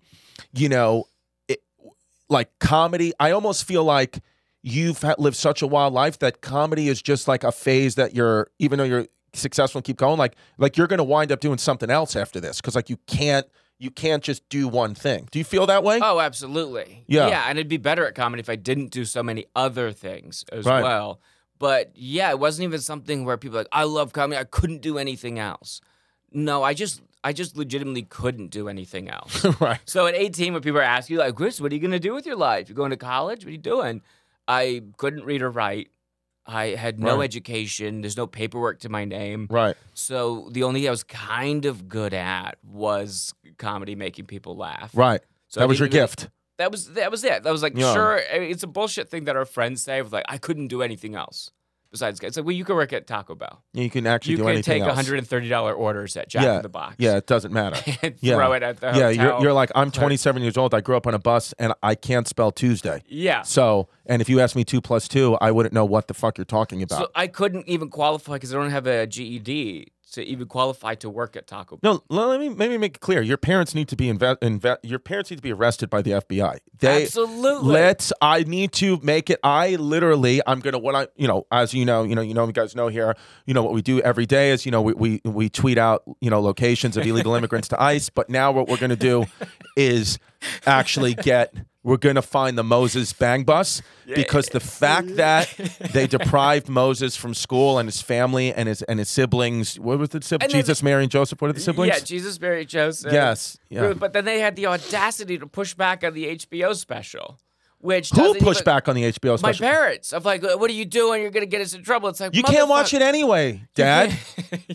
you know it, like comedy I almost feel like you've ha- lived such a wild life that comedy is just like a phase that you're even though you're successful and keep going like like you're going to wind up doing something else after this cuz like you can't you can't just do one thing. Do you feel that way?
oh, absolutely.
Yeah.
yeah. And it'd be better at comedy if I didn't do so many other things as
Right.
well. But yeah, it wasn't even something where people are like I love comedy. I couldn't do anything else. No, I just I just legitimately couldn't do anything else.
right.
So at 18, when people are asking you, like, Chris, what are you going to do with your life? You're going to college? What are you doing? I couldn't read or write. I had no
Right.
education. There's no paperwork to my name.
Right.
So the only thing I was kind of good at was comedy, making people laugh.
Right.
So I
that was your
didn't really-
gift.
That was that was it. That was like,
Yeah.
sure, I mean, it's a bullshit thing that our friends say of like, I couldn't do anything else besides. It's like, well, you could work at Taco Bell.
You can actually
You
do
could
anything
take
else.
$130 orders at Jack
Yeah.
in the Box.
Yeah, it doesn't matter.
And
Yeah.
throw it at the
Yeah,
hotel.
you're, you're like, I'm
Sorry.
27 years old. I grew up on a bus and I can't spell Tuesday.
yeah.
So, and if you asked me two plus two, I wouldn't know what the fuck you're talking about.
So I couldn't even qualify because I don't have a GED to even qualify to work at Taco Bell.
no, l- let me maybe make it clear. Your parents need to be inve- inve- Your parents need to be arrested by the FBI. They
Absolutely.
let's. I need to make it. I literally, I'm gonna what I you know as you know you know you know you guys know here. You know what we do every day is you know we we, we tweet out you know locations of illegal immigrants to ICE. But now what we're gonna do is actually get. We're gonna find the Moses Bang Bus because the fact that they deprived Moses from school and his family and his and his siblings. What was the siblings?
And then-
Jesus, Mary, and Joseph. What are the siblings?
Yeah, Jesus, Mary, Joseph.
Yes, yeah.
Ruth, But then they had the audacity to push back on the HBO special, which
Who
doesn't
pushed
even-
back on the HBO
My
special?
parents of like, what are you doing? You're gonna get us in trouble. It's like
you can't watch
motherfucker,
it anyway, Dad.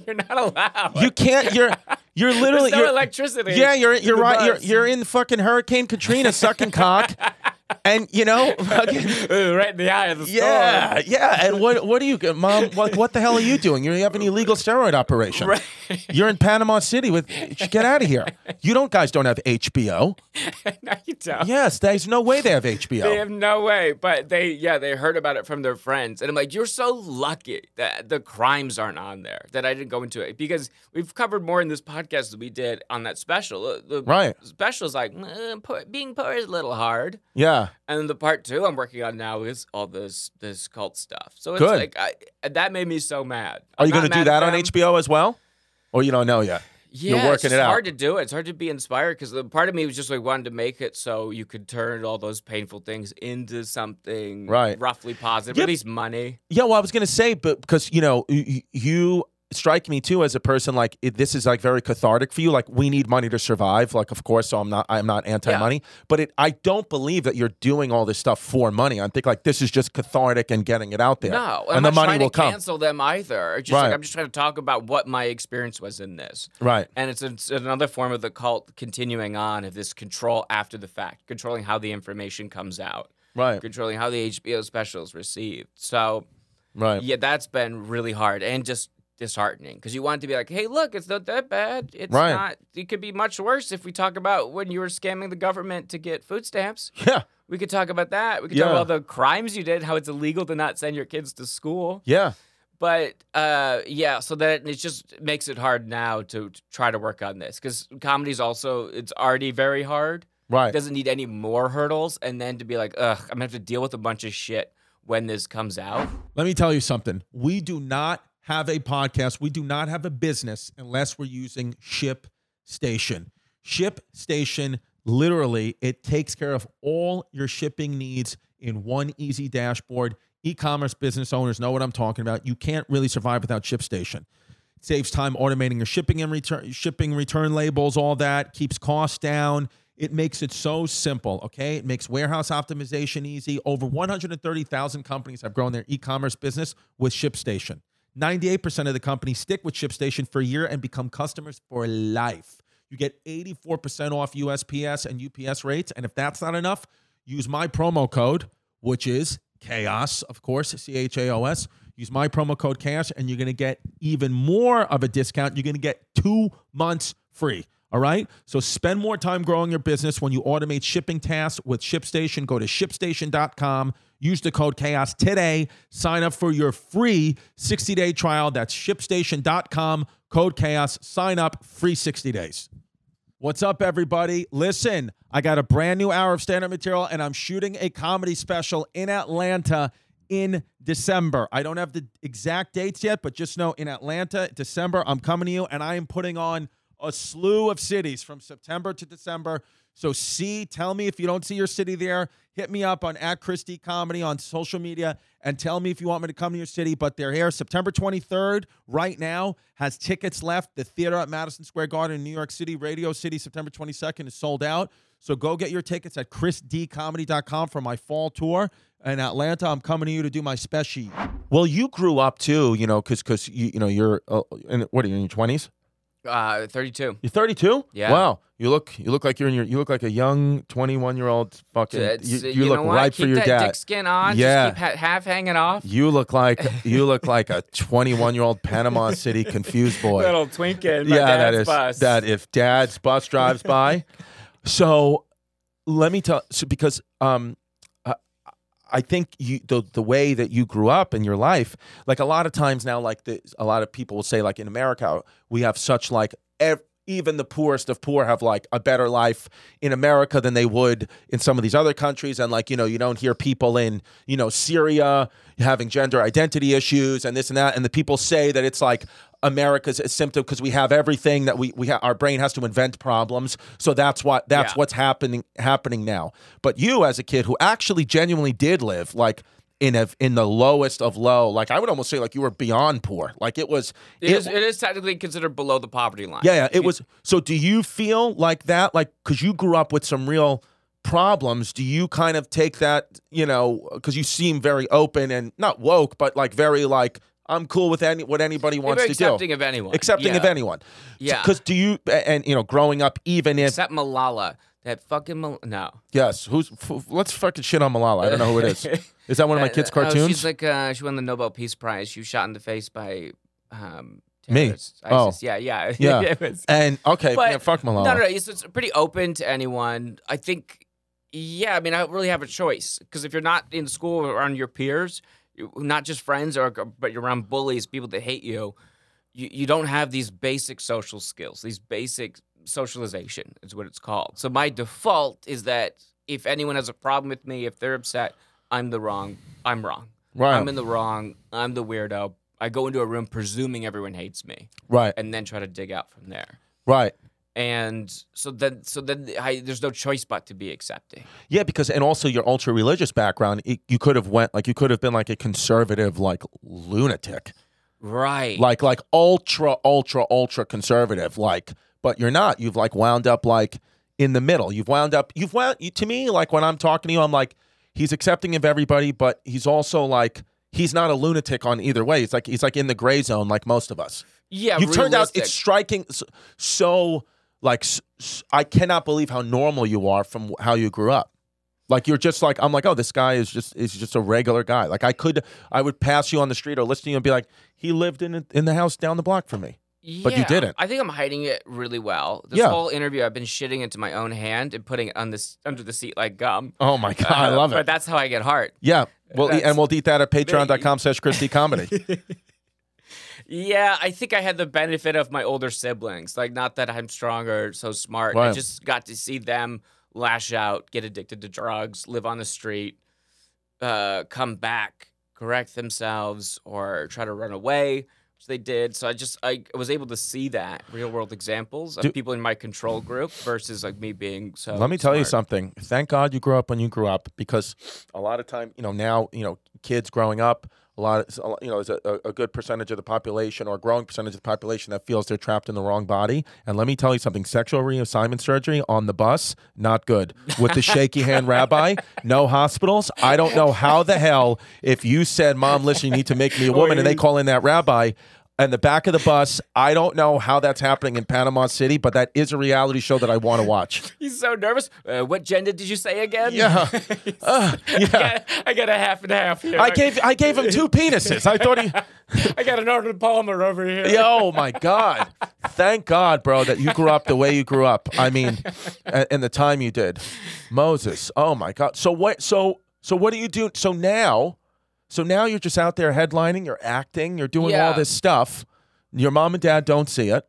You're not allowed.
You can't. You're you're literally.
There's no
you're,
electricity.
yeah, you're
to
you're
the
right. You're
bus.
you're in fucking Hurricane Katrina sucking cock, and you know, fucking,
Ooh, right in the eye of the storm.
yeah, yeah. And what what are you, Mom? What what the hell are you doing? You have an illegal steroid operation.
Right.
You're in Panama City with. Get out of here. You don't guys don't have HBO.
no, you don't.
Yes, there's no way they have HBO.
They have no way, but they yeah they heard about it from their friends, and I'm like, you're so lucky that the crimes aren't on there that I didn't go into it because we've covered more in this podcast than we did on that special. The, the
Right.
special is like "Mm, poor, being poor is a little hard,
yeah,
and then the part two I'm working on now is all this this cult stuff. So it's
Good.
like I, that made me so mad.
are you
going
going
to
to do that on HBO as well, or you don't know yet?
yeah,
You're working
it's just
it out.
hard to do it. It's hard to be inspired because the part of me was just like wanted to make it so you could turn all those painful things into something
Right.
roughly positive,
Yep.
at least money.
Yeah, well, I was gonna say, but because you know, y- y- you strike me too as a person like it, this is like very cathartic for you. Like we need money to survive. Like of course, so I'm not I'm not anti money, but it I don't believe that you're doing all this stuff for money. I think like this is just cathartic and getting it out there.
No, I'm
and
not
the money
trying
will
to
come.
cancel them either. It's just like
Right.
I'm just trying to talk about what my experience was in this.
Right.
And it's, it's another form of the cult continuing on of this control after the fact, controlling how the information comes out,
Right.
controlling how the HBO special is received. So
Right.
yeah, that's been really hard and just disheartening because you want it to be like, hey, look, it's not that bad. It's
Right.
not. It could be much worse if we talk about when you were scamming the government to get food stamps.
Yeah.
We could talk about that. We could
Yeah.
talk about the crimes you did, how it's illegal to not send your kids to school.
Yeah.
But uh, yeah, so that it just makes it hard now to, to try to work on this because comedy's also it's already very hard. It
Right.
doesn't need any more hurdles, and then to be like, ugh, I'm gonna have to deal with a bunch of shit when this comes out.
Let me tell you something. We do not have a podcast. We do not have a business unless we're using Ship Station. Ship Station literally it takes care of all your shipping needs in one easy dashboard. E-commerce business owners know what I'm talking about. You can't really survive without ShipStation. It saves time automating your shipping and return shipping return labels, all that, keeps costs down. It makes it so simple, okay? It makes warehouse optimization easy. Over 130,000 companies have grown their e-commerce business with ShipStation. 98% of the companies stick with ShipStation for a year and become customers for life. You get 84% off USPS and UPS rates, and if that's not enough, use my promo code, which is chaos, of course, C H A O S. Use my promo code cash, and you're going to get even more of a discount. You're going to get two months free. All right. So spend more time growing your business when you automate shipping tasks with ShipStation. Go to shipstation.com. Use the code chaos today. Sign up for your free 60 day trial. That's shipstation.com. Code chaos. Sign up free 60 days. What's up, everybody? Listen, I got a brand new hour of stand up material, and I'm shooting a comedy special in Atlanta in December. I don't have the exact dates yet, but just know in Atlanta, December, I'm coming to you, and I am putting on a slew of cities from September to December. So see, tell me if you don't see your city there. Hit me up on at Christie Comedy on social media and tell me if you want me to come to your city. But they're here. September 23rd, right now, has tickets left. The theater at Madison Square Garden in New York City, Radio City, September 22nd is sold out. So go get your tickets at chrisdcomedy.com for my fall tour in Atlanta. I'm coming to you to do my special. Well, you grew up too, you know, because because you you know you're uh, in, what are you in your 20s?
Uh, 32.
You're 32.
Yeah.
Wow. You look. You look like you're in your. You look like a young 21 year old fucking.
It's-
you, you
know
look
what?
ripe
keep
for your
that
dad.
Dick skin on.
Yeah.
Just keep ha- half hanging off.
You look like you look like a 21 year old Panama City confused boy.
Little twink in my
yeah, that
dad's
is
bus.
that. If dad's bus drives by, so let me tell. So because um, I, I think you the the way that you grew up in your life, like a lot of times now, like the, a lot of people will say, like in America, we have such like ev- even the poorest of poor have like a better life in America than they would in some of these other countries. And like, you know, you don't hear people in, you know, Syria having gender identity issues and this and that. And the people say that it's like America's a symptom because we have everything that we, we ha- our brain has to invent problems. So that's what that's
Yeah.
what's happening happening now. But you as a kid who actually genuinely did live like in a in the lowest of low, like I would almost say like you were beyond poor. Like it was
It is, it is technically considered below the poverty line.
yeah, yeah, it was. So, do you feel like that? Like, because you grew up with some real problems, do you kind of take that? You know, because you seem very open and not woke, but like very like I'm cool with any what anybody
They were
wants to
accepting
do,
of anyone.
accepting
yeah.
of anyone.
Yeah.
Because do you and you know, growing up, even if
Except Malala. That fucking Mal- no.
yes, who's f- let's fucking shit on Malala? I don't know who it is. Is that one of my kids'
Uh, oh,
cartoons?
she's like uh, she won the Nobel Peace Prize. She was shot in the face by um,
Me?
terrorists,
Oh.
ISIS. yeah, yeah,
Yeah.
It was-
and okay,
But-
yeah, fuck Malala.
No, no, no. It's, it's pretty open to anyone. I think, yeah, I mean, I don't really have a choice because if you're not in school or around your peers, you- not just friends, or but you're around bullies, people that hate you, you, you don't have these basic social skills, these basic socialization is what it's called. So my default is that if anyone has a problem with me, if they're upset, I'm the wrong. I'm wrong.
right,
I'm in the wrong. I'm the weirdo. I go into a room presuming everyone hates me
right,
and then try to dig out from there
right.
and so then so then I, there's no choice but to be accepting.
Yeah, because and also your ultra religious background, it, you could have went like you could have been like a conservative like lunatic,
Right.
like like ultra ultra ultra conservative, like but you're not. You've like wound up like in the middle. You've wound up. You've wound you, to me like when I'm talking to you, I'm like he's accepting of everybody, but he's also like he's not a lunatic on either way. It's like he's like in the gray zone, like most of us
yeah.
you turned out
realistic.
it's striking s- so like s- s- i cannot believe how normal you are from how you grew up like you're just like i'm like oh this guy is just is just a regular guy like i could i would pass you on the street or listen to you and be like he lived in in the house down the block from me but you
Yeah,
didn't.
I think I'm hiding it really well. This
Yeah.
whole interview, I've been shitting into my own hand and putting it on this under the seat like gum.
oh my god i
Uh,
love
But
it
that's how I get hard.
yeah well
that's-
and we'll eat that at patreon.com slash christy comedy
Yeah, I think I had the benefit of my older siblings. Like, not that I'm strong or so smart. I
Right.
just got to see them lash out, get addicted to drugs, live on the street, uh, come back, correct themselves, or try to run away, which they did. So I just I was able to see that real world examples of
Do-
people in my control group versus like me being so.
Let me tell you
smart.
something. Thank God you grew up when you grew up because a lot of time, you know, now, you know, kids growing up, a lot of, you know, there's a, a good percentage of the population or a growing percentage of the population that feels they're trapped in the wrong body. And let me tell you something sexual reassignment surgery on the bus, not good. With the shaky hand rabbi, no hospitals. I don't know how the hell, if you said, Mom, listen, you need to make
Oh,
me a woman, and they call in that rabbi, and the back of the bus. I don't know how that's happening in Panama City, but that is a reality show that I want to watch.
He's so nervous. Uh, what gender did you say again?
Yeah. Uh,
I,
yeah.
got, I got a half and half here.
I gave I gave him two penises. I thought he
I got an Arnold Palmer over here.
Yeah, Oh my God. Thank God, bro, that you grew up the way you grew up. I mean, a- and the time you did. Moses. Oh my God. So what so so what do you do so now? So now you're just out there headlining, you're acting, you're doing all
Yeah.
this stuff. Your mom and dad don't see it.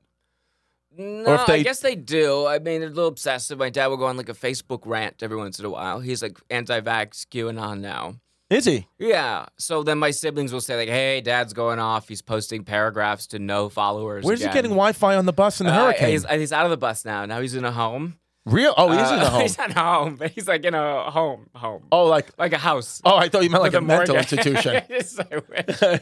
No,
if they-
I guess they do. I mean, they're a little obsessive. My dad will go on like a Facebook rant every once in a while. He's like anti-vax, QAnon now.
Is he?
Yeah. So then my siblings will say like, "Hey, dad's going off. He's posting paragraphs to no followers."
Where's he
again."
getting Wi Fi on the bus in the
Uh,
hurricane?
He's, he's out of the bus now. Now he's in a home.
Real? Oh, he is in
Uh,
the home.
He's not home, but he's like in a home, home,
Oh, like
like a house.
oh, I thought you meant like a
with
mental
mortgage.
institution.
Yes, I wish.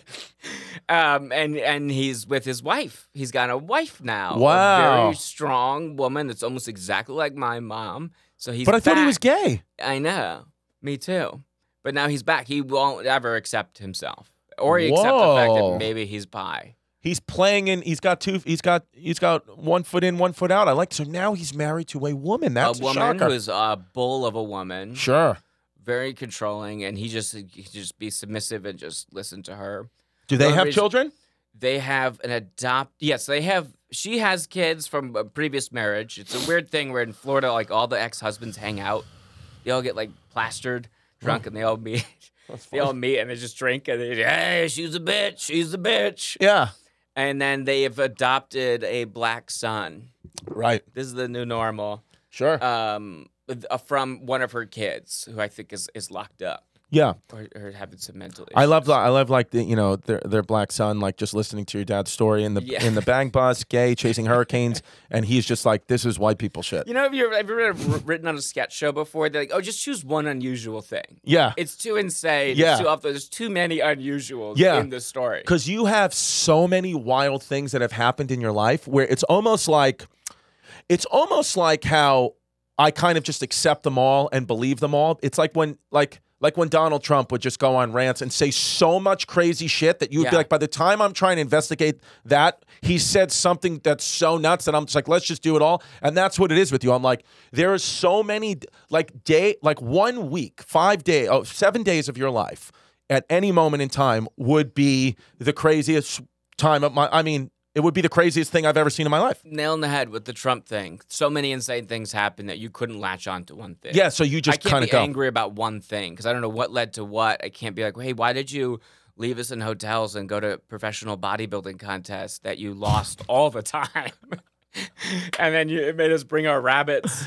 um, and and he's with his wife. He's got a wife now. a
Wow.
very strong woman that's almost exactly like my mom. So he's.
But I thought he was
back.
gay.
I know. Me too. But now he's back. He won't ever accept himself, or he accept the fact
Whoa.
that maybe he's bi.
He's playing in. He's got two. He's got. He's got one foot in, one foot out. I like. So now he's married to a woman. That's
a
a,
woman
shocker.
who is a bull of a woman,
sure.
very controlling, and he just he just be submissive and just listen to her.
Do they
One
have
reason-
children?
they have an adopt yes they have she has kids from a previous marriage it's a weird thing where in florida like all the ex-husbands hang out they all get like plastered drunk and they all meet they all meet and they just drink and they hey she's a bitch she's a bitch
Yeah.
and then they have adopted a black son
Right.
this is the new normal
Sure.
um with- uh, from one of her kids who i think is is locked up
yeah.
or, or having some mental issues
I love. I love like the you know their their black son like just listening to your dad's story in the
Yeah.
in the bang bus, gay chasing hurricanes, and he's just like this is white people shit.
You know, have you ever, have you ever wr- written on a sketch show before? They're like, oh, just choose one unusual thing.
Yeah.
It's too insane.
Yeah.
It's too off. the- There's too many unusuals
Yeah.
in the story.
because you have so many wild things that have happened in your life where it's almost like it's almost like how i kind of just accept them all and believe them all it's like when like like when donald trump would just go on rants and say so much crazy shit that you would be
Yeah.
like by the time i'm trying to investigate that he said something that's so nuts that i'm just like let's just do it all and that's what it is with you i'm like there is so many like day like one week five day oh seven days of your life at any moment in time would be the craziest time of my I mean, it would be the craziest thing I've ever seen in my life.
Nail in the head with the Trump thing. So many insane things happened that you couldn't latch on to one thing.
Yeah, so you
I
just
can't
kind
be
of go.
angry about one thing because I don't know what led to what. I can't be like, hey, why did you leave us in hotels and go to professional bodybuilding contests that you lost all the time? and then you, it made us bring our rabbits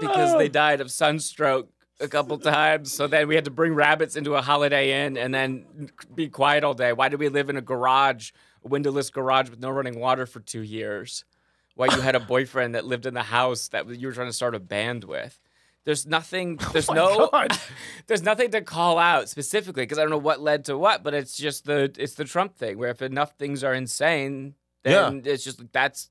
because
Oh.
they died of sunstroke a couple times. So then we had to bring rabbits into a Holiday Inn and then be quiet all day. Why did we live in a garage, a windowless garage with no running water for two years? Why you had a boyfriend that lived in the house that you were trying to start a band with? There's nothing. There's no.
Oh God.
There's nothing to call out specifically because I don't know what led to what, but it's just the it's the Trump thing where if enough things are insane,
Yeah.
then it's just that's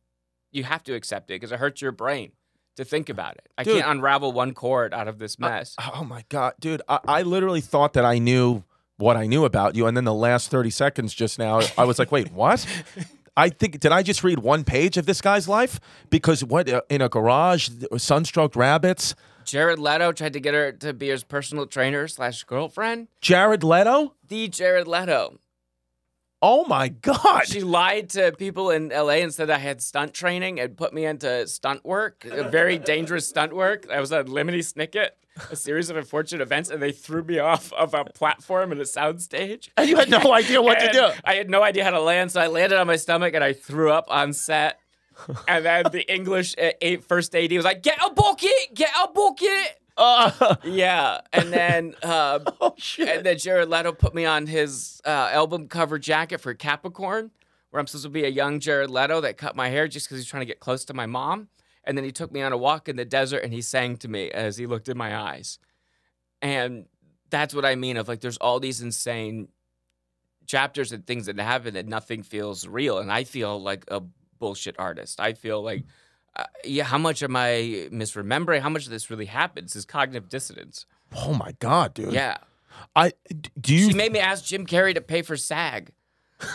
you have to accept it because it hurts your brain to think about it. I
Dude.
can't unravel one chord out of this mess.
Oh my god, dude! I, I literally thought that I knew what I knew about you, and then the last thirty seconds just now, I was like, wait, what? I think did I just read one page of this guy's life? Because what uh, in a garage, sunstroked rabbits,
Jared Leto tried to get her to be his personal trainer slash girlfriend.
Jared Leto.
The Jared Leto.
Oh my god!
She lied to people in LA and said I had stunt training and put me into stunt work, a very dangerous stunt work. I was on Lemony Snicket. a series of unfortunate events, and they threw me off of a platform and a soundstage.
And you had no idea what to
And
do.
I had no idea how to land, so I landed on my stomach and I threw up on set. and then the English uh, a- first AD was like, "Get a bucket, get a bucket."
Uh,
Yeah, and then uh,
oh shit!
and then Jared Leto put me on his uh, album cover jacket for Capricorn, where I'm supposed to be a young Jared Leto that cut my hair just because he's trying to get close to my mom. And then he took me on a walk in the desert and he sang to me as he looked in my eyes. And that's what I mean of like there's all these insane chapters and things that happen and nothing feels real. And I feel like a bullshit artist. I feel like uh, yeah, how much am I misremembering? How much of this really happens? Is cognitive dissonance?
oh my god, dude.
Yeah.
I do you
She made me ask Jim Carrey to pay for SAG. at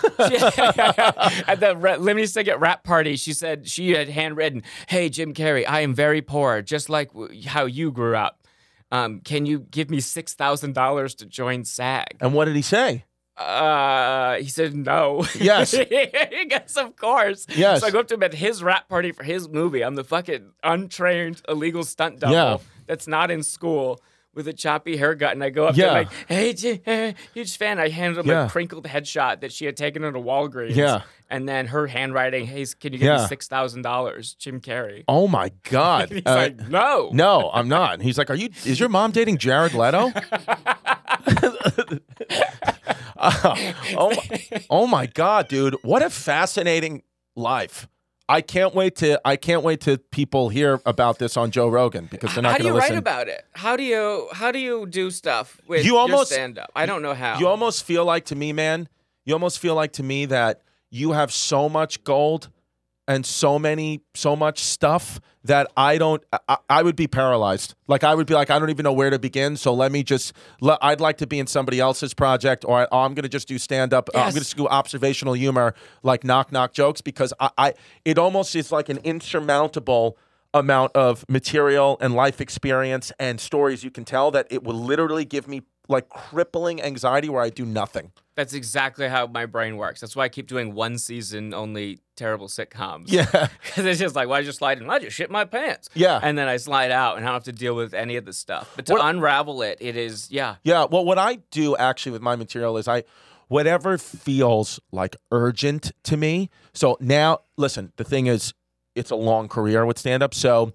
the ra- Lemony Snicket rap party, she said she had handwritten, "Hey Jim Carrey, I am very poor, just like w- how you grew up. Um, can you give me six thousand dollars to join SAG?"
and what did he say?
Uh, he said no.
Yes.
yes, of course.
Yes.
So I go up to him at his rap party for his movie. I'm the fucking untrained illegal stunt double
Yeah.
that's not in school with a choppy haircut, and I go up
Yeah.
to him like, "Hey, J- eh, huge fan." I handed him
Yeah.
a crinkled headshot that she had taken at a Walgreens.
Yeah.
And then her handwriting, "Hey, can you give
Yeah.
me six thousand dollars, Jim Carrey?"
Oh my god.
He's
Uh,
like, "No."
no, I'm not. And He's like, "Are you? Is your mom dating Jared Leto?" Uh, oh, my, oh my god, dude! What a fascinating life. I can't wait to I can't wait to people hear about this on Joe Rogan because they're
how
not
do
going
you
to listen.
write about it? How do you how do you do stuff with
You almost-
stand up? I don't know how.
You almost feel like to me, man, you almost feel like to me that you have so much gold and so many so much stuff that I don't I- I, I would be paralyzed. Like I would be like I don't even know where to begin, so let me just le- I'd like to be in somebody else's project or I, oh, I'm going to just do stand up. I'm
Yes.
going to just do observational humor like knock knock jokes because I, I it almost is like an insurmountable amount of material and life experience and stories you can tell that it will literally give me like crippling anxiety where I do nothing.
That's exactly how my brain works. That's why I keep doing one season only terrible sitcoms.
Yeah.
Because it's just like, why just slide in? I just shit my pants.
Yeah.
And then I slide out and I don't have to deal with any of the stuff. But to
What-
unravel it, it is, yeah.
Yeah. Well, what I do actually with my material is I, whatever feels like urgent to me. So now, listen, the thing is, it's a long career with stand up. So,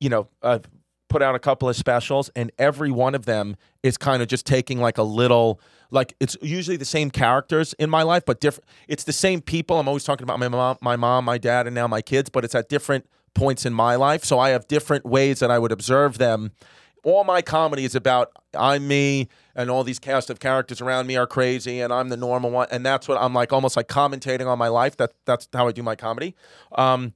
you know, uh, I've put out a couple of specials, and every one of them is kind of just taking like a little, like it's usually the same characters in my life, but different. It's the same people. I'm always talking about my mom, my mom, my dad, and now my kids, but it's at different points in my life. So I have different ways that I would observe them all my comedy is about I'm me and all these cast of characters around me are crazy and I'm the normal one and that's what I'm like almost like commentating on my life that that's how I do my comedy um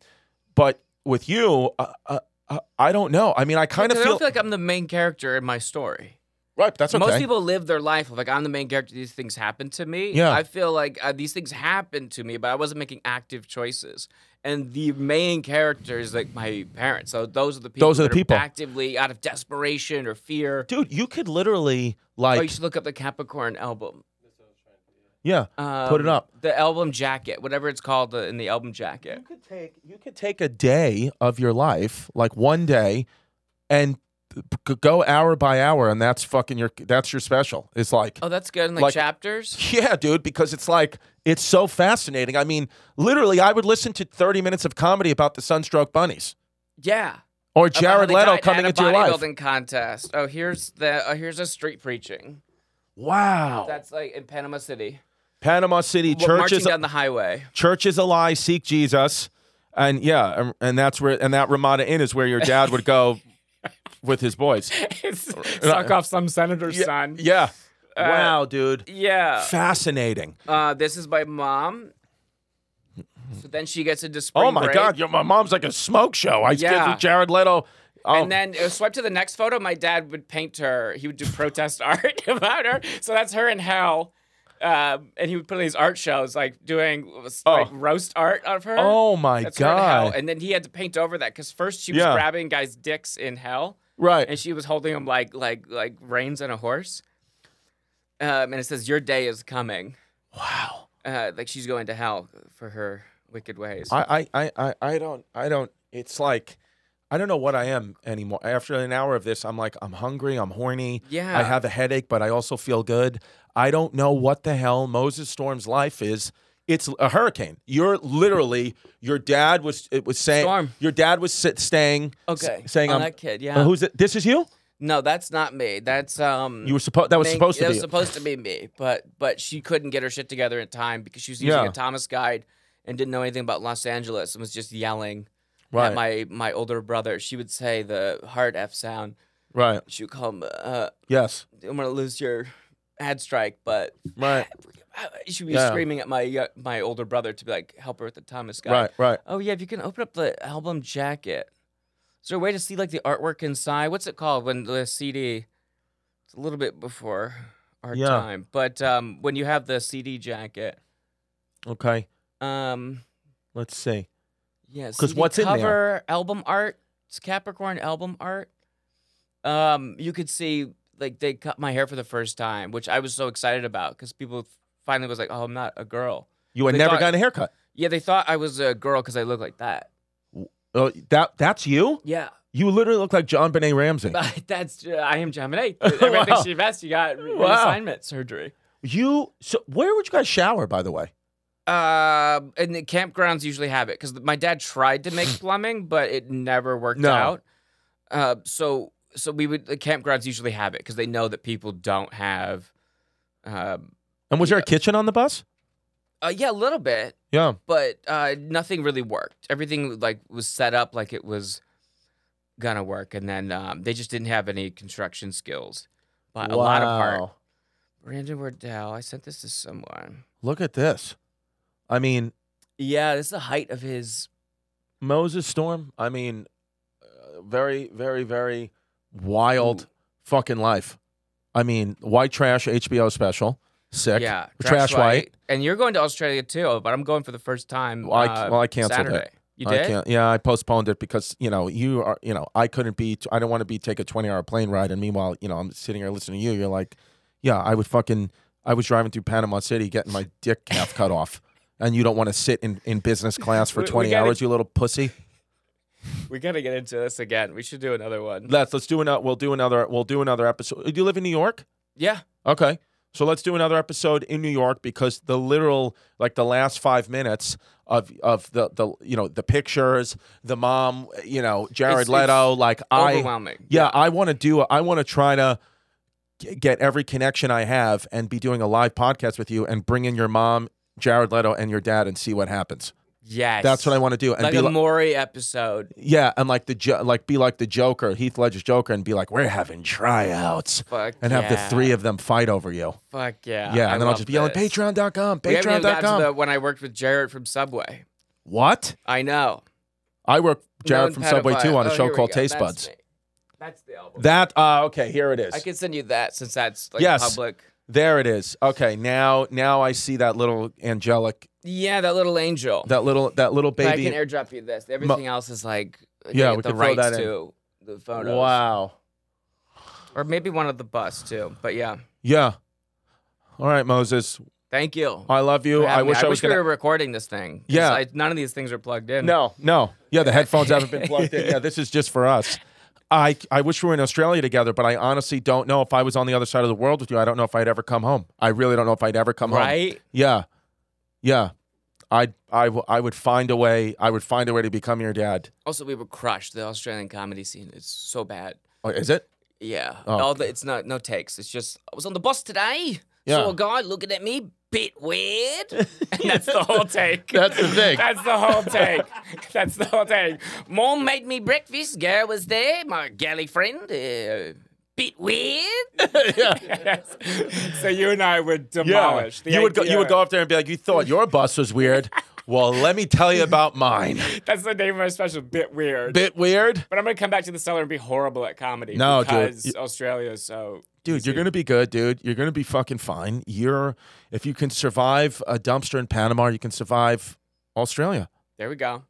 but with you uh, uh, uh, I don't know I mean I kind of
'Cause I
feel,
don't feel like I'm the main character in my story.
right that's okay
Most people live their life of like, I'm the main character. These things happen to me.
Yeah.
I feel like uh, these things happen to me, but I wasn't making active choices. And the main character is like my parents. So those are the people,
Those are the
that
people.
actively out of desperation or fear.
dude you could literally
oh, you
like
should look up the Capricorn album.
yeah
Um,
Put it up.
The album jacket, whatever it's called uh, in the album jacket.
you could take you could take a day of your life like one day and p- p- go hour by hour and that's fucking your that's your special it's like
Oh, that's good. In like,
Like-
chapters.
Yeah, dude, because it's like it's so fascinating. I mean, literally, I would listen to 30 minutes of comedy about the Sunstroke Bunnies
Yeah.
or
About
Jared
how the
Leto
guy
coming
had a
into your life.
Bodybuilding contest. Oh, here's the. Oh, here's a street preaching.
Wow.
That's like in Panama City.
Panama City
Well, marching
churches
down the highway.
churches a lie, seek Jesus. And yeah, um, and that's where and that Ramada Inn is where your dad would go with his boys. Uh,
Suck off some senator's son.
Yeah.
Uh,
wow, dude.
Yeah.
Fascinating.
Uh, this is my mom. So then she gets into spring
Oh my
break.
god, your my mom's like a smoke show. I
Yeah.
yeah. Jared Leto. Oh,
And then uh, swipe to the next photo. My dad would paint her. He would do protest art about her. So that's her in hell. Um, and he would put on these art shows, like doing uh, s- like
Oh.
roast art of her.
oh my
that's her in hell.
god.
And then he had to paint over that because first she was
Yeah.
grabbing guys' dicks in hell,
Right.
and she was holding them like like like reins on a horse. Um, and it says, "Your day is coming."
wow.
Uh, like she's going to hell for her wicked ways.
I, I, I, I- I don't, I don't. It's like, I don't know what I am anymore. After an hour of this, I'm like, I'm hungry, I'm horny,
Yeah.
I have a headache, but I also feel good. I don't know what the hell Moses Storm's life is. It's a hurricane. You're literally your dad was it was saying
Storm.
your dad was sit, staying s-
Okay.
saying
Oh,
I'm
that kid, yeah.
Uh, who's it? This is you?
no, that's not me. That's um
You were supposed that was
Mang-
supposed to
that
be.
was
you.
supposed to be me, but but she couldn't get her shit together in time because she was using
Yeah.
a Thomas guide and didn't know anything about Los Angeles and was just yelling
Right.
at my my older brother. She would say the hard F sound.
right.
She would call him, uh,
Yes.
"I'm gonna lose your head strike," but
Right.
she would be
Yeah.
screaming at my uh, my older brother to be like, "Help her with the Thomas guide."
Right. Right.
Oh yeah, if you can open up the album jacket. Is there a way to see like the artwork inside? What's it called when the CD? It's a little bit before our
Yeah.
time, but um, when you have the CD jacket,
Okay.
um,
Let's see.
yes,
'Cause what's in
cover,
there?
album art, it's Capricorn album art. Um, you could see like they cut my hair for the first time, which I was so excited about because people finally was like, "Oh, I'm not a girl."
You had
They
never
thought-
gotten a haircut.
Yeah, they thought I was a girl because I look like that.
Oh, that that's you?
Yeah.
You literally look like John Benet Ramsey.
But that's I am Gemini. Everything
Wow.
she missed, you got re-
Wow.
reassignment surgery.
You so where would you guys shower by the way?
Um, and the campgrounds usually have it because my dad tried to make plumbing, but it never worked
No.
out. Uh, so so we would the campgrounds usually have it because they know that people don't have. Um,
And was there a kitchen on the bus?
uh, yeah, a little bit,
Yeah.
but uh, nothing really worked. Everything like was set up like it was gonna work, and then um, they just didn't have any construction skills. But a lot of heart.
Wow.
Brandon Wardell. I sent this to someone.
Look at this. I mean,
Yeah, this is the height of his.
Moses Storm, I mean, uh, very very very wild fucking life. I mean, white trash HBO special. Sick.
Yeah,
Trash white.
And you're going to Australia too, but I'm going for the first time.
Well, I-
uh,
well, I canceled it.
Saturday. You
I
did?
can't. Yeah, I postponed it because you know you are. You know, I couldn't be. I don't want to be take a twenty hour plane ride, and meanwhile, you know, I'm sitting here listening to you. You're like, yeah, I would fucking. I was driving through Panama City getting my dick half cut off, and you don't want to sit in, in business class for
We- we
twenty
gotta-
hours, you little pussy.
We gotta get into this again. We should do another one.
Let's let's do another. We'll do another. We'll do another episode. Do you live in New York?
Yeah.
Okay. So let's do another episode in New York because the literal like the last 5 minutes of of the the you know the pictures, the mom, you know, Jared
It's-
Leto like I
Overwhelming.
yeah, I want to do I want to try to g- get every connection I have and be doing a live podcast with you and bring in your mom, Jared Leto and your dad and see what happens.
Yes.
That's what I want to do and
Like
be
a
like
Maury episode.
yeah, and like the jo- like be like the Joker, Heath Ledger's Joker and be like we're having tryouts
Fuck
and have the
yeah.
three of them fight over you.
Fuck yeah.
Yeah,
I
and then I'll
love
just be yelling
this.
patreon.com,
We haven't even gotten to
patreon.com.
the- when I worked with Jared from Subway.
What?
I know.
I work
Known
Jared from Subway
pedophile.
2 on a
Oh, here
show
we
called
go.
Taste
That's
Buds.
me. That's the album.
That uh okay, here it is.
I can send you that since that's like
Yes.
public.
there it is. Okay, now now I see that little angelic
Yeah, that little angel.
that little that little
But
baby.
I can airdrop you this. Everything else is like I
Yeah, we
get the
could throw
rights
that in.
to the photos.
wow.
Or maybe one of the bus too. But yeah.
Yeah. All right, Moses.
Thank you.
I love you.
for
I
having me.
wish I, was
we
going to
were recording this thing. 'cause
Yeah.
I, none of these things are plugged in.
No, no. Yeah, the headphones haven't been plugged in. Yeah, this is just for us. I, I wish we were in Australia together, but I honestly don't know if I was on the other side of the world with you. I don't know if I'd ever come home. I really don't know if I'd ever come home.
Right?
Yeah, yeah. I I w- I would find a way. I would find a way to become your dad.
Also, we were crushed. The Australian comedy scene is so bad.
Oh, is it?
Yeah.
Oh.
All the, it's not no takes. It's just I was on the bus today.
Yeah.
Saw a guy looking at me, bit weird. And that's the whole take.
That's the thing.
That's the whole take. That's the whole take. Mom made me breakfast. Girl was there. My galley friend. Uh, bit weird. yes. So you and I would demolish. the
you would go, you
idea-
would go up there and be like, you thought your bus was weird. well, let me tell you about mine.
That's the name of my special. Bit weird.
Bit weird,
but I'm gonna come back to the cellar and be horrible at comedy.
No, dude.
because Australia is so.
dude. You're gonna be good, dude. You're gonna be fucking fine. You're if you can survive a dumpster in Panama, you can survive Australia.
There we go.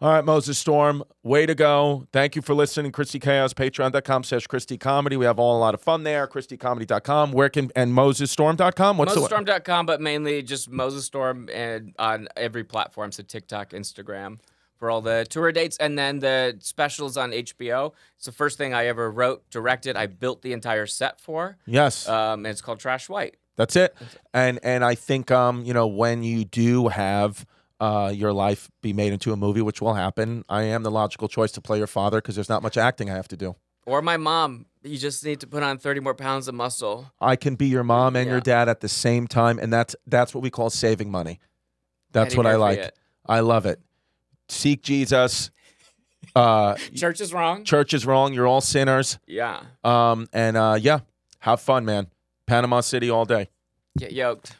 All right, Moses Storm, way to go. Thank you for listening. Christy Chaos, patreon.com slash Christy Comedy. We have all a lot of fun there. ChristyComedy.com. Where can and MosesStorm.com? What's the
MosesStorm.com, but mainly just Moses Storm and on every platform, so TikTok, Instagram. for all the tour dates and then the specials on HBO. It's the first thing I ever wrote, directed. I built the entire set for.
Yes.
Um, and it's called Trash White.
That's it. And and I think um, you know, when you do have uh, your life be made into a movie, which will happen. I am the logical choice to play your father because there's not much acting I have to do.
Or my mom. You just need to put on 30 more pounds of muscle.
I can be your mom and your
Yeah.
dad at the same time, and that's that's what we call saving money. That's
Eddie
what I
Murphy
like.
it.
I love it. Seek Jesus. Uh,
Church is wrong.
church is wrong. You're all sinners.
Yeah.
Um, and uh, yeah, have fun, man. Panama City all day.
Get yoked.